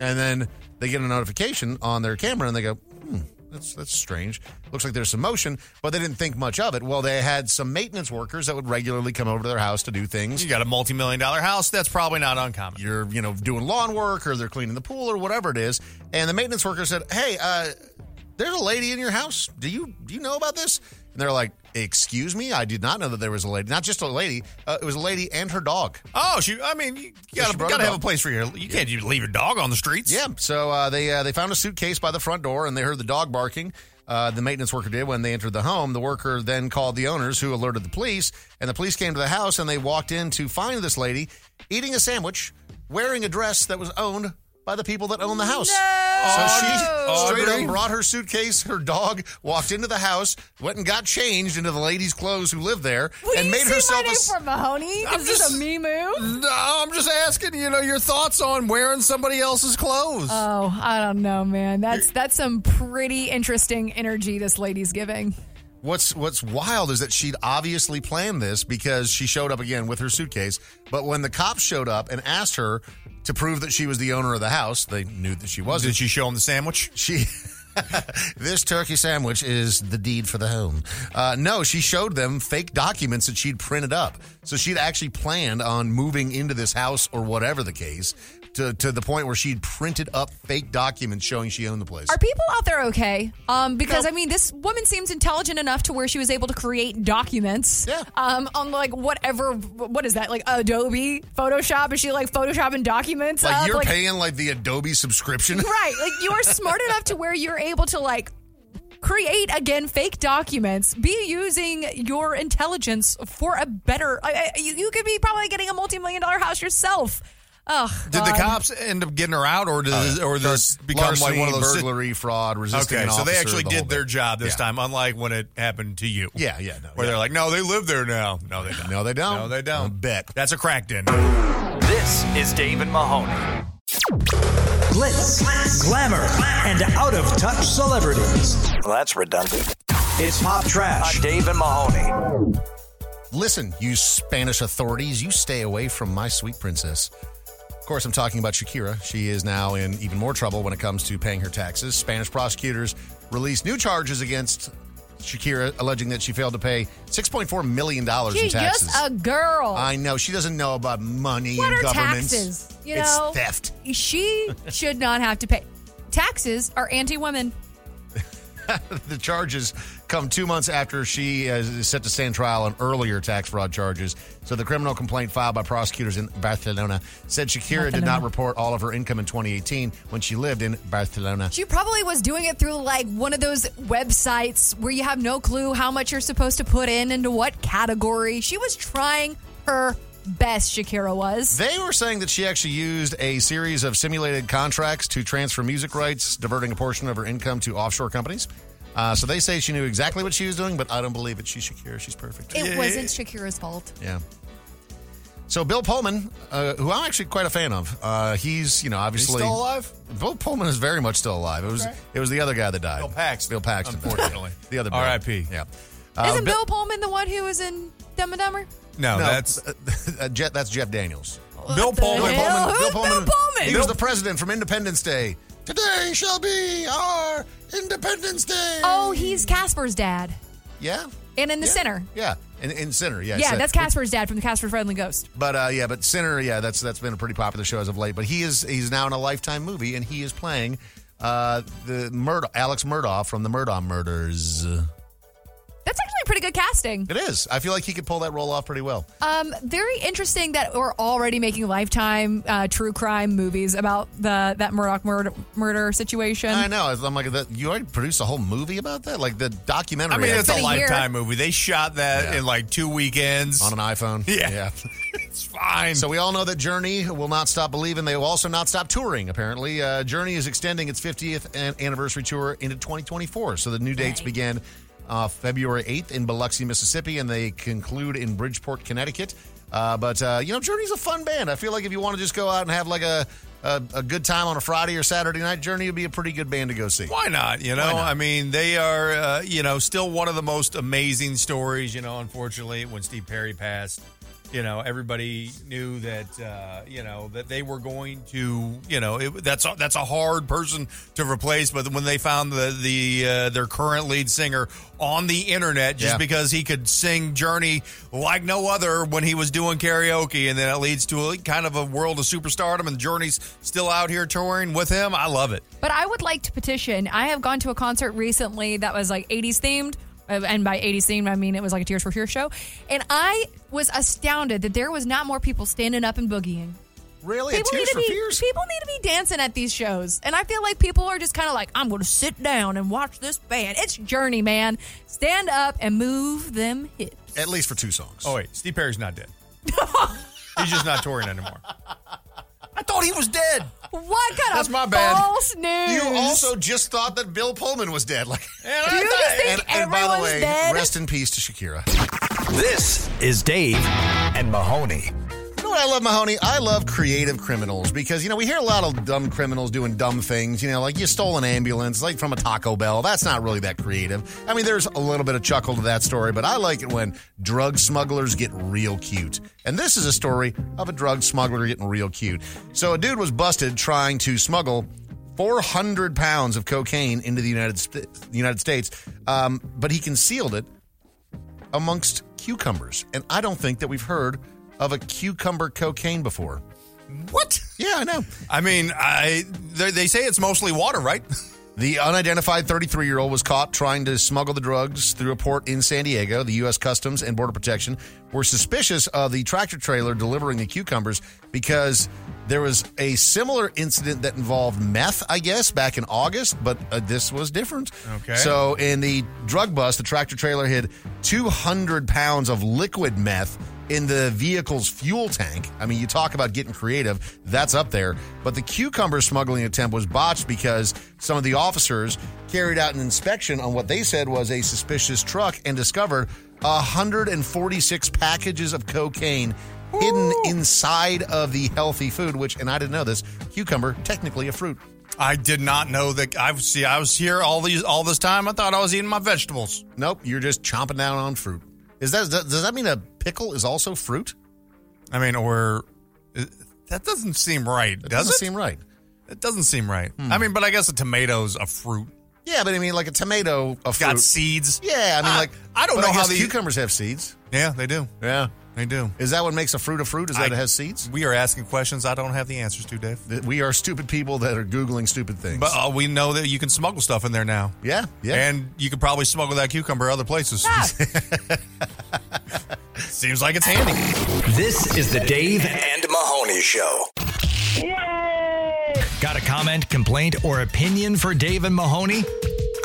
And then they get a notification on their camera and they go, hmm, that's, that's strange. Looks like there's some motion, but they didn't think much of it. Well, they had some maintenance workers that would regularly come over to their house to do things.
You got a multi million dollar house. That's probably not uncommon.
You're, you know, doing lawn work or they're cleaning the pool or whatever it is. And the maintenance worker said, Hey, uh, there's a lady in your house. Do you do you know about this? And they're like, Excuse me, I did not know that there was a lady. Not just a lady, uh, it was a lady and her dog.
Oh, she. I mean, you
Yeah,
gotta,
she brought
gotta
it
have a
up.
place for your. You can't you leave your dog on the streets.
Yeah. So uh, they uh, they found a suitcase by the front door, and they heard the dog barking. Uh, the maintenance worker did when they entered the home. The worker then called the owners, who alerted the police, and the police came to the house and they walked in to find this lady eating a sandwich, wearing a dress that was owned by the people that own the house. So she straight
Audrey?
up brought her suitcase, her dog, walked into the house, went and got changed into the lady's clothes who lived there,
Will
and
you
made
see
herself
my name
a
for Mahoney?
I'm
Is this
just-
a me move?
No, I'm just asking. You know, your thoughts on wearing somebody else's clothes.
Oh, I don't know, man. That's that's some pretty interesting energy this lady's giving.
What's what's wild is that she'd obviously planned this because she showed up again with her suitcase. But when the cops showed up and asked her to prove that she was the owner of the house, they knew that she wasn't.
Did she show him the sandwich?
She this turkey sandwich is the deed for the home. Uh, no, she showed them fake documents that she'd printed up. So she'd actually planned on moving into this house or whatever the case to to the point where she'd printed up fake documents showing she owned the place.
Are people out there okay? Um, because I mean, this woman seems intelligent enough to where she was able to create documents. Um, on like whatever, what is that? Like Adobe Photoshop? Is she like photoshopping documents?
like
up?
you're paying like the Adobe subscription.
right? Like you are smart enough to where you're able to like create again fake documents. Be using your intelligence for a better. I, I, you, you could be probably getting a multi million dollar house yourself. Ugh.
Did the
God.
cops end up getting her out, or did this, or this become like one of those sit-
burglary, fraud, resisting
Okay,
an
so they
officer,
actually
the whole
did their
bit.
job this
Yeah.
time, unlike when it happened to you.
Yeah, yeah, no,
where they're like, no, they live there now. No, they don't.
No, they don't.
No, they don't.
bet
that's a cracked in.
This is Dave and Mahoney.
Blitz, glamour, and out of touch celebrities.
Well, that's redundant.
It's pop trash.
On Dave and Mahoney.
Listen, you Spanish authorities, you stay away from my sweet princess. Of course, I'm talking about Shakira. She is now in even more trouble when it comes to paying her taxes. Spanish prosecutors released new charges against Shakira, alleging that she failed to pay $6.4 million in
She's
taxes.
just a girl.
I know. She doesn't know about money
what
and
are
governments.
taxes? You
it's
know,
theft.
She should not have to pay. Taxes are anti-women.
the charges come two months after she is set to stand trial on earlier tax fraud charges. So the criminal complaint filed by prosecutors in Barcelona said Shakira did not
Barcelona.
report all of her income in 2018 when she lived in Barcelona.
She probably was doing it through like one of those websites where you have no clue how much you're supposed to put in into what category. She was trying her best. Shakira was.
They were saying that she actually used a series of simulated contracts to transfer music rights, diverting a portion of her income to offshore companies. Uh, so they say she knew exactly what she was doing, but I don't believe it. She's Shakira. She's perfect.
It wasn't Shakira's fault.
Yeah. So Bill Pullman, uh, who I'm actually quite a fan of, uh, he's you know obviously
still alive?
Bill Pullman is very much still alive. It was
Okay.
it was the other guy that died.
Bill Paxton.
Bill Paxton,
Unfortunately.
the other Bill.
R.I.P..
Yeah. Uh,
Isn't Bill Pullman the one who was in Dumb and Dumber?
No, that's
uh, Jeff, that's Jeff Daniels.
Bill
the
Pullman.
hell? Who's
Bill Pullman.
Pullman?
He
Bill-
was the president from Independence Day. Today shall be our Independence Day.
Oh, he's Casper's dad.
Yeah.
And Oh, in the center.
Yeah, in, in Sinner. Yeah,
yeah,
Sin-
that's Casper's dad from the Casper Friendly Ghost.
But uh, yeah, but Sinner, yeah, that's that's been a pretty popular show as of late. But he is he's now in a Lifetime movie, and he is playing uh, the Murdo Alex Murdoch from the Murdoch Murders.
That's actually pretty good casting.
It is. I feel like he could pull that role off pretty well.
Um, very interesting that we're already making lifetime uh, true crime movies about the that Murdoch murder, murder situation.
I know. I'm like, that, you already produced a whole movie about that, like the documentary.
I mean, it's
think.
a lifetime movie. They shot that in like two weekends
on an iPhone.
Yeah.
it's fine. So we all know that Journey will not stop believing. They will also not stop touring. Apparently, uh, Journey is extending its 50th an- anniversary tour into 2024. So the new dates begin uh, February 8th in Biloxi, Mississippi, and they conclude in Bridgeport, Connecticut. Uh, but uh, you know, Journey's a fun band. I feel like if you want to just go out and have like a a, a good time on a Friday or Saturday night, Journey would be a pretty good band to go see.
Why not? You know, I mean, they are, uh, you know, still one of the most amazing stories. You know, unfortunately, when Steve Perry passed, you know, everybody knew that, uh, you know, that they were going to, you know, it, that's a, that's a hard person to replace. But when they found the the uh, their current lead singer on the internet, just
Yeah.
because he could sing Journey like no other when he was doing karaoke, and then it leads to a kind of a world of superstardom, and Journey's still out here touring with him. I love it.
But I would like to petition. I have gone to a concert recently that was like 80s themed. uh, And by 80s themed, I mean it was like a Tears for Fears show. And I was astounded that there was not more people standing up and boogieing.
Oh,
Really?
People need, to be, people need to be dancing at these shows. And I feel like people are just kind of like, I'm going to sit down and watch this band. It's Journey, man. Stand up and move them hips.
At least for two songs.
Oh wait, Steve Perry's not dead. He's just not touring anymore.
I thought he was dead.
What kind
That's
of
my bad.
false news?
You also just thought that Bill Pullman was dead. Like,
Do you just think
and by the
everyone's
way,
dead?
rest in peace to Shakira.
This is Dave and Mahoney.
You know what I love, Mahoney? I love creative criminals because, you know, we hear a lot of dumb criminals doing dumb things. You know, like you stole an ambulance, like from a Taco Bell. That's not really that creative. I mean, there's a little bit of chuckle to that story, but I like it when drug smugglers get real cute. And this is a story of a drug smuggler getting real cute. So a dude was busted trying to smuggle 400 pounds of cocaine into the United, Sta- United States, um, but he concealed it amongst cucumbers. And I don't think that we've heard of a cucumber cocaine before. What? Yeah, I know.
I mean, I they, they say it's mostly water, right?
The unidentified 33 year old was caught trying to smuggle the drugs through a port in San Diego. The U.S. Customs and Border Protection were suspicious of the tractor trailer delivering the cucumbers because there was a similar incident that involved meth, I guess, back in August, but uh, this was different.
Okay.
So in the drug bust, the tractor trailer hid 200 pounds of liquid meth in the vehicle's fuel tank. I mean, you talk about getting creative, that's up there. But the cucumber smuggling attempt was botched because some of the officers carried out an inspection on what they said was a suspicious truck and discovered 146 packages of cocaine hidden inside of the healthy food, which, and I didn't know this, cucumber, technically a fruit.
I did not know that. I see. I was here all these all this time. I thought I was eating my vegetables.
Nope, you're just chomping down on fruit. Is that does does that mean a pickle is also fruit?
I mean, or uh, that doesn't seem right. Does
doesn't
it
seem Hmm. right.
It doesn't seem right. I mean, but I guess a tomato's a fruit.
Yeah, but I mean, like a tomato, a fruit.
Got seeds.
Yeah, I mean,
I-
like
I don't
but
know how
guess
the-
cucumbers have seeds.
Yeah, they do.
Yeah,
they do.
Is that what makes a fruit a fruit? Is that
I-
it has seeds?
We are asking questions I don't have the answers to, Dave.
That We are stupid people that are googling stupid things.
But uh, we know that you can smuggle stuff in there now.
Yeah, yeah.
And you could probably smuggle that cucumber other places. Seems like it's handy.
This is the Dave and Mahoney Show. Got a comment, complaint, or opinion for Dave and Mahoney?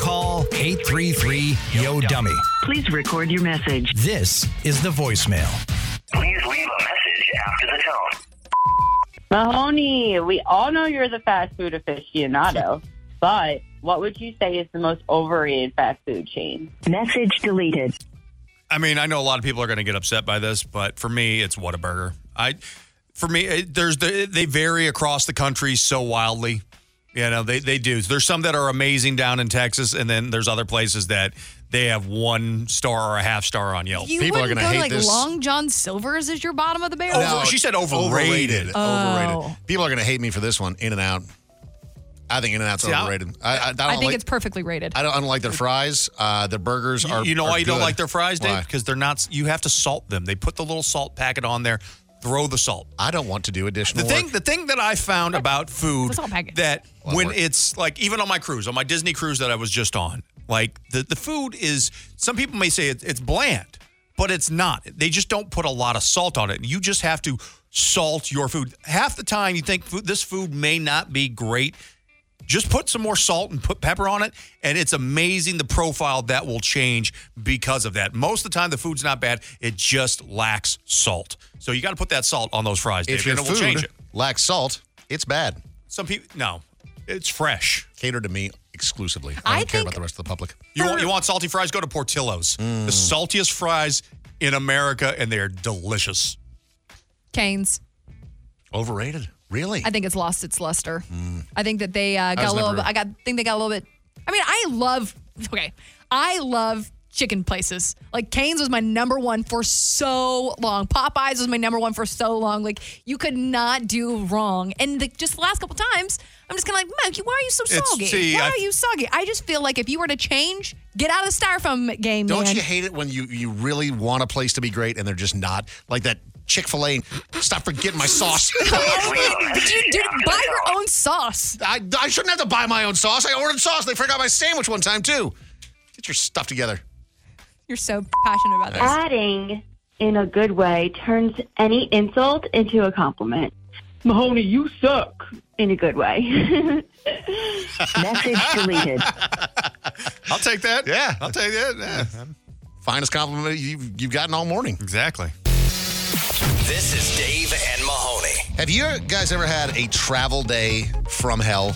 Call 833 Yo Dummy.
Please record your message.
This is the voicemail.
Please leave a message after the tone.
Mahoney, we all know you're the fast food aficionado, but what would you say is the most overrated fast food chain?
Message deleted.
I mean, I know a lot of people are going to get upset by this, but for me, it's Whataburger. I, for me, it, there's the, they vary across the country so wildly. You know, they they do. There's some that are amazing down in Texas, and then there's other places that they have one star or a half star on Yelp.
You
people are
wouldn't
going to
go
hate
to like
this.
Long John Silver's as your bottom of the barrel.
Over- she said overrated.
Overrated.
Oh.
Overrated. People are going to hate me for this one. In and out. I think In-N-Out's
See, I-
overrated. I, I, I don't
I, think
like,
it's perfectly rated.
I don't, I don't like their fries. Uh, their burgers are.
you know
are
why you don't
good.
like their fries, Dave?
Why?
Because they're not. You have to salt them. They put the little salt packet on there. Throw the salt.
I don't want to do additional.
The thing, the thing that I found about food
It's all packets.
that
Lot of
when
work.
it's like even on my cruise, on my Disney cruise that I was just on, like the the food is. Some people may say it, it's bland, but it's not. They just don't put a lot of salt on it. You just have to salt your food. Half the time, you think food, this food may not be great. Just put some more salt and put pepper on it, and it's amazing the profile that will change because of that. Most of the time, the food's not bad; it just lacks salt. So you got to put that salt on those fries, Dave,
If your
and it will change
food
it.
lacks salt, it's bad.
Some people no, it's fresh.
Catered to me exclusively. I,
I
don't care
think-
about the rest of the public.
You want you want salty fries? Go to Portillo's,
Mm.
the saltiest fries in America, and they're delicious.
Canes.
Overrated, really?
I think it's lost its luster. I think that they uh,
Mm. I
got
was
a little.
never-
bit I got think they got a little bit. I mean, I love. Okay, I love chicken places. Like Cane's was my number one for so long. Popeyes was my number one for so long. Like you could not do wrong. And the, just the last couple times, I'm just kind of like, Mike, why are you so
It's-
soggy?
see,
why
I-
are you soggy? I just feel like if you were to change, get out of the styrofoam game.
Don't
man.
you hate it when you, you really want a place to be great and they're just not? Like that Chick fil A, stop forgetting my sauce.
But you Oh, did buy your own sauce.
I, I shouldn't have to buy my own sauce. I ordered sauce. They forgot my sandwich one time, too. Get your stuff together.
You're so passionate about this.
Adding in a good way turns any insult into a compliment. Mahoney, you suck. In a good way.
Message deleted.
I'll take that.
Yeah.
I'll take that. Yeah.
Finest compliment you've, you've gotten all morning.
Exactly.
This is Dave and Mahoney.
Have you guys ever had a travel day from hell?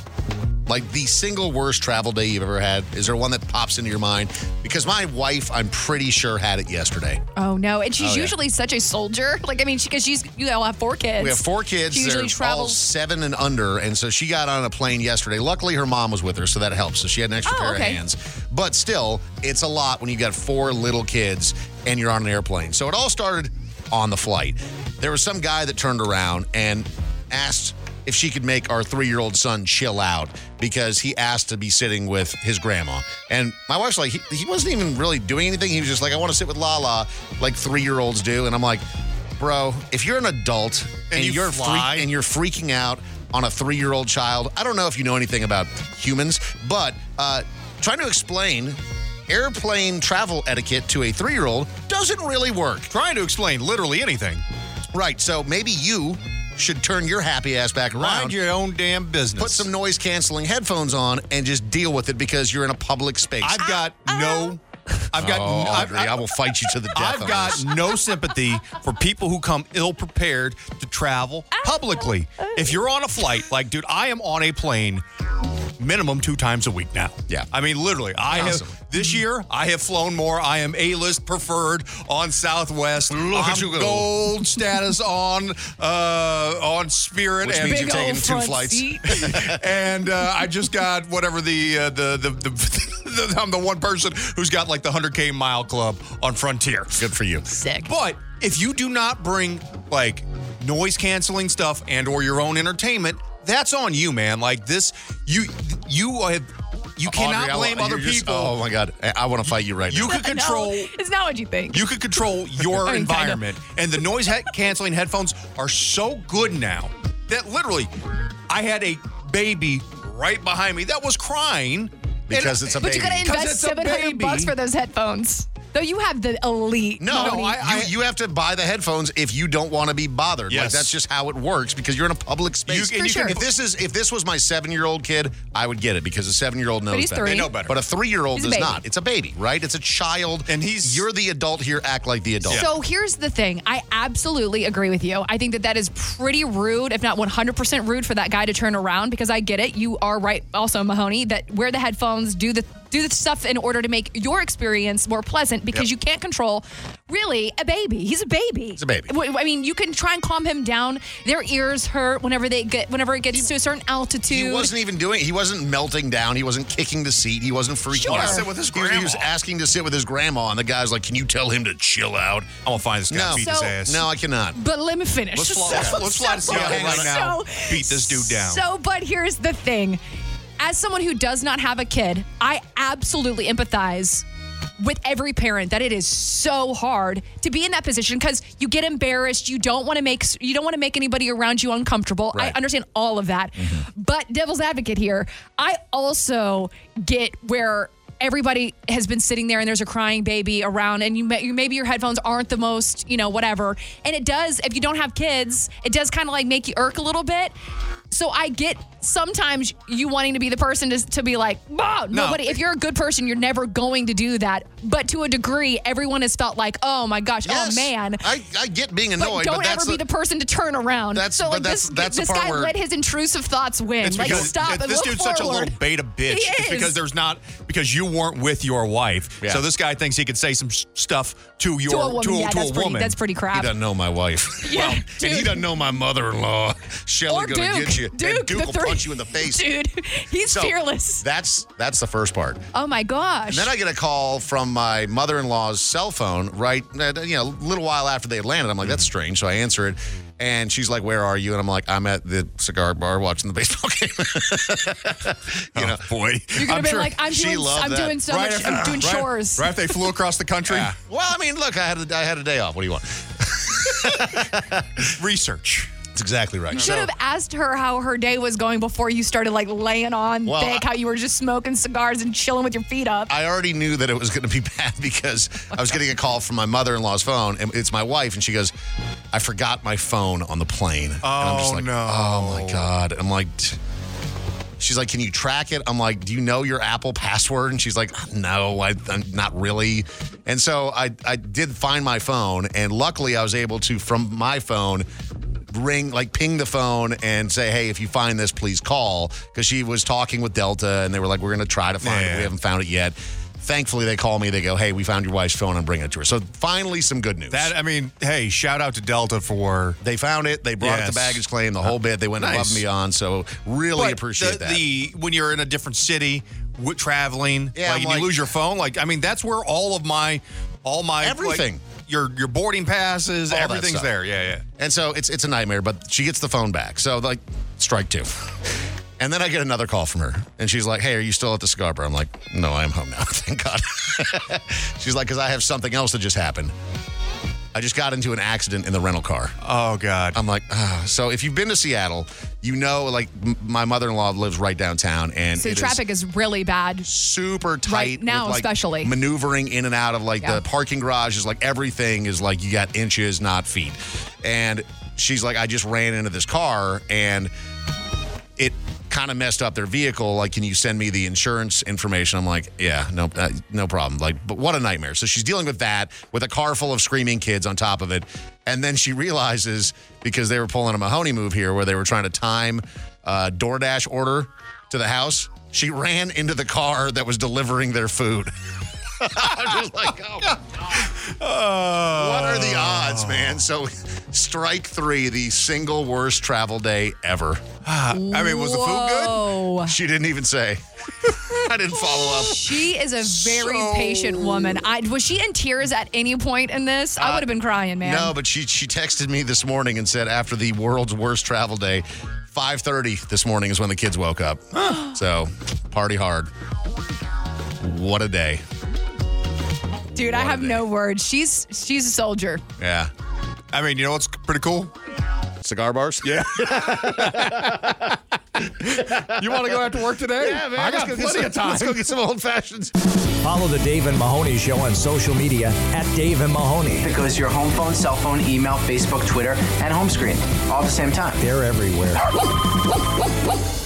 Like the single worst travel day you've ever had? Is there one that pops into your mind? Because my wife, I'm pretty sure, had it yesterday.
Oh no! And
Oh,
she's
yeah.
usually such a soldier. Like I mean, because she's you know have four kids.
We have four kids.
She usually
They're all
travels.
seven and under, and so she got on a plane yesterday. Luckily, her mom was with her, so that helps. So she had an extra
Oh,
pair
okay.
of hands. But still, it's a lot when you got four little kids and you're on an airplane. So it all started on the flight. There was some guy that turned around and asked if she could make our three-year-old son chill out because he asked to be sitting with his grandma. And my wife's like, he, he wasn't even really doing anything. He was just like, I want to sit with Lala, like three-year-olds do. And I'm like, bro, if you're an adult and,
you
you're
fly.
and you're freaking out on a three year old child. I don't know if you know anything about humans, but uh, trying to explain airplane travel etiquette to a three year old doesn't really work.
Trying to explain literally anything.
Right. So maybe you should turn your happy ass back around.
Mind your own damn business.
Put some noise canceling headphones on and just deal with it because you're in a public space.
I've got no. I've got.
Oh,
I've-
Audrey, I, will fight you to the death.
I've
on
got
this.
no sympathy for people who come ill prepared to travel publicly. If you're on a flight, like, dude, I am on a plane minimum two times a week now.
Yeah.
I mean, literally, I have
Constantly.
this year I have flown more. I am A list preferred on Southwest.
Look
I'm
at you go.
Gold status on uh on Spirit.
Which
and
means you've taken two flights.
and uh, I just got whatever the uh, the, the, the the I'm the one person who's got like the 100k mile club on Frontier.
Good for you.
Sick.
But if you do not bring like noise canceling stuff and or your own entertainment, that's on you, man. Like this, you you have you cannot
Audrey, I wa-
blame other
you're just-
people.
oh my god, I, want to fight you right
You
now.
could control.
No, it's not what you think.
You could control your
I mean, kinda.
environment, and the noise he- canceling headphones are so good now that literally, I had a baby right behind me that was crying
Because it's a
but you gotta
Because
invest
it's a
seven
baby.
hundred bucks for those headphones. Though you have the elite.
No,
Mahoney.
you, you have to buy the headphones if you don't want to be bothered. Like
Yes.
that's just how it works because you're in a public space.
You- and For you can- sure.
If this is if this was my seven year old kid, I would get it because a seven year old knows
he's
better.
three. They know
better.
But a three year old
He's a
does
baby.
not. It's a baby, right? It's a child,
And he's-
you're the adult here. Act like the adult.
So here's the thing. I absolutely agree with you. I think that that is pretty rude, if not 100% rude, for that guy to turn around because I get it. You are right, also Mahoney, that wear the headphones, do the do the stuff in order to make your experience more pleasant because you can't control really a baby. He's a baby. He's
a baby.
I mean, you can try and calm him down. Their ears hurt whenever they get whenever it gets to a certain altitude.
He wasn't even doing. He wasn't melting down. He wasn't kicking the seat. He wasn't freaking
Sure.
out.
Sit with his
He was- He was
grandma.
asking to sit with his grandma, and the guy's like, "Can you tell him to chill out?"
I'm gonna find this guy
No,
and beat his
So-
ass.
no, I cannot.
But let me finish.
Let's fly- let's fly to Seattle
right
now. Beat this dude down.
So, but here's the thing. as someone who does not have a kid, I absolutely empathize with every parent that it is so hard to be in that position because you get embarrassed you don't want to make you don't want to make anybody around you uncomfortable i
Right.
understand all of that
Mm-hmm.
but devil's advocate here i also get where everybody has been sitting there and there's a crying baby around and you, may- you maybe your headphones aren't the most you know whatever and it does if you don't have kids it does kind of like make you irk a little bit so i get sometimes you wanting to be the person to, to be like "Bah,
No.
nobody if you're a good person you're never going to do that but to a degree everyone has felt like oh my gosh
Yes.
oh man
I, I get being
but
annoyed,
don't
but that's
ever be the person to turn around.
That's-
so
but
like
that's-
this,
that's the
this
part
guy
where-
let his intrusive thoughts win.
It's
like
because-
stop
it-
and
this
look
dude's
forward.
such a little beta bitch.
He
It's because
is.
there's not because you weren't with your wife. So this guy thinks he could say some s- stuff to your
a woman.
to,
Yeah,
to
that's
a
pretty-
woman.
that's pretty crap.
He doesn't know my wife.
Yeah,
well, and he doesn't know my mother-in-law. Shelly
Or
gonna
Duke.
get you.
Duke,
and Duke
the
will
three-
punch you in the face.
Dude, he's
So,
fearless.
That's that's the first part.
Oh my
And
gosh.
then I get a call from my mother-in-law's cell phone. Right, uh, you know, a little while after they had landed, I'm like,
Mm-hmm.
"That's strange." So I answer it, and she's like, "Where are you?" And I'm like, "I'm at the cigar bar watching the baseball game." you know,
boy,
You're gonna be like, I'm doing- I'm doing so much- I'm doing chores.
Right, after they flew across the country.
Well, I mean, look, I had a, I had a day off. What do you want?
Research.
That's exactly right.
you
So-
should have asked her how her day was going before you started like laying on
Well,
thick,
I-
how you were just smoking cigars and chilling with your feet up.
I already knew that it was going to be bad because I was getting a call from my mother in law's phone, and it's my wife, and she goes, "I forgot my phone on the plane." and I'm just
Oh,
like,
no.
"Oh my god!" I'm like, "T-" she's like, "Can you track it?" I'm like, "Do you know your Apple password?" And she's like, "No, I, I'm not really." And so I I did find my phone, and luckily I was able to from my phone. Ring like ping the phone and say, "Hey, if you find this, please call." Because she was talking with Delta, and they were like, "We're going to try to find it. We haven't found it yet." Thankfully, they call me. They go, "Hey, we found your wife's phone. I'm bringing it to her." So finally, some good news.
That uh, I mean, hey, shout out to Delta for
they found it. They brought it
Yes. Uh,
to baggage claim, the whole bit. They went
Nice.
above and beyond. So really
But
appreciate
the,
that.
The when you're in a different city, with traveling,
Yeah,
like,
I'm
and
like-
you lose your phone. Like I mean, that's where all of my, all my like,
Everything.
your your boarding passes,
All that
everything's
stuff.
there. Yeah, yeah.
And so it's it's a nightmare, but she gets the phone back. So like strike two. And then I get another call from her, and she's like, "Hey, are you still at the cigar bar?" I'm like, "No, I am home now. Thank God." she's like, "Cause I have something else that just happened. I just got into an accident in the rental car."
Oh God.
I'm like, ah. so if you've been to Seattle, you know, like m- my mother-in-law lives right downtown, and
so
it is
traffic is, really bad.
Super tight
Right now,
with, like,
especially.
maneuvering in and out of like the parking garage is like everything is like you got inches not feet and she's like i just ran into this car and it kind of messed up their vehicle like can you send me the insurance information i'm like yeah no uh, no problem like but what a nightmare so she's dealing with that with a car full of screaming kids on top of it and then she realizes because they were pulling a mahoney move here where they were trying to time uh, doordash order to the house she ran into the car that was delivering their food I'm just like, oh, what are the odds, man? So, strike three, the single worst travel day ever. I mean, was
Oh,
the food good? She didn't even say. I didn't follow up.
She is a very patient woman. I was she in tears at any point in this? I
Uh,
would have been crying, man.
No, but she she texted me this morning and said after the world's worst travel day, 5:30 this morning is when the kids woke up. so, party hard. What a day.
Dude, I have no words. She's she's a soldier.
Yeah.
I mean, you know what's pretty cool?
Cigar bars?
Yeah.
you want to go after work today? Yeah, man.
I got
Let's go get
plenty
some-
of time.
Let's go get some old fashions.
Follow the Dave and Mahoney Show on social media at Dave and Mahoney.
It goes to your home phone, cell phone, email, Facebook, Twitter, and home screen all at the same time.
They're everywhere.
Woo, woo, woo, woo.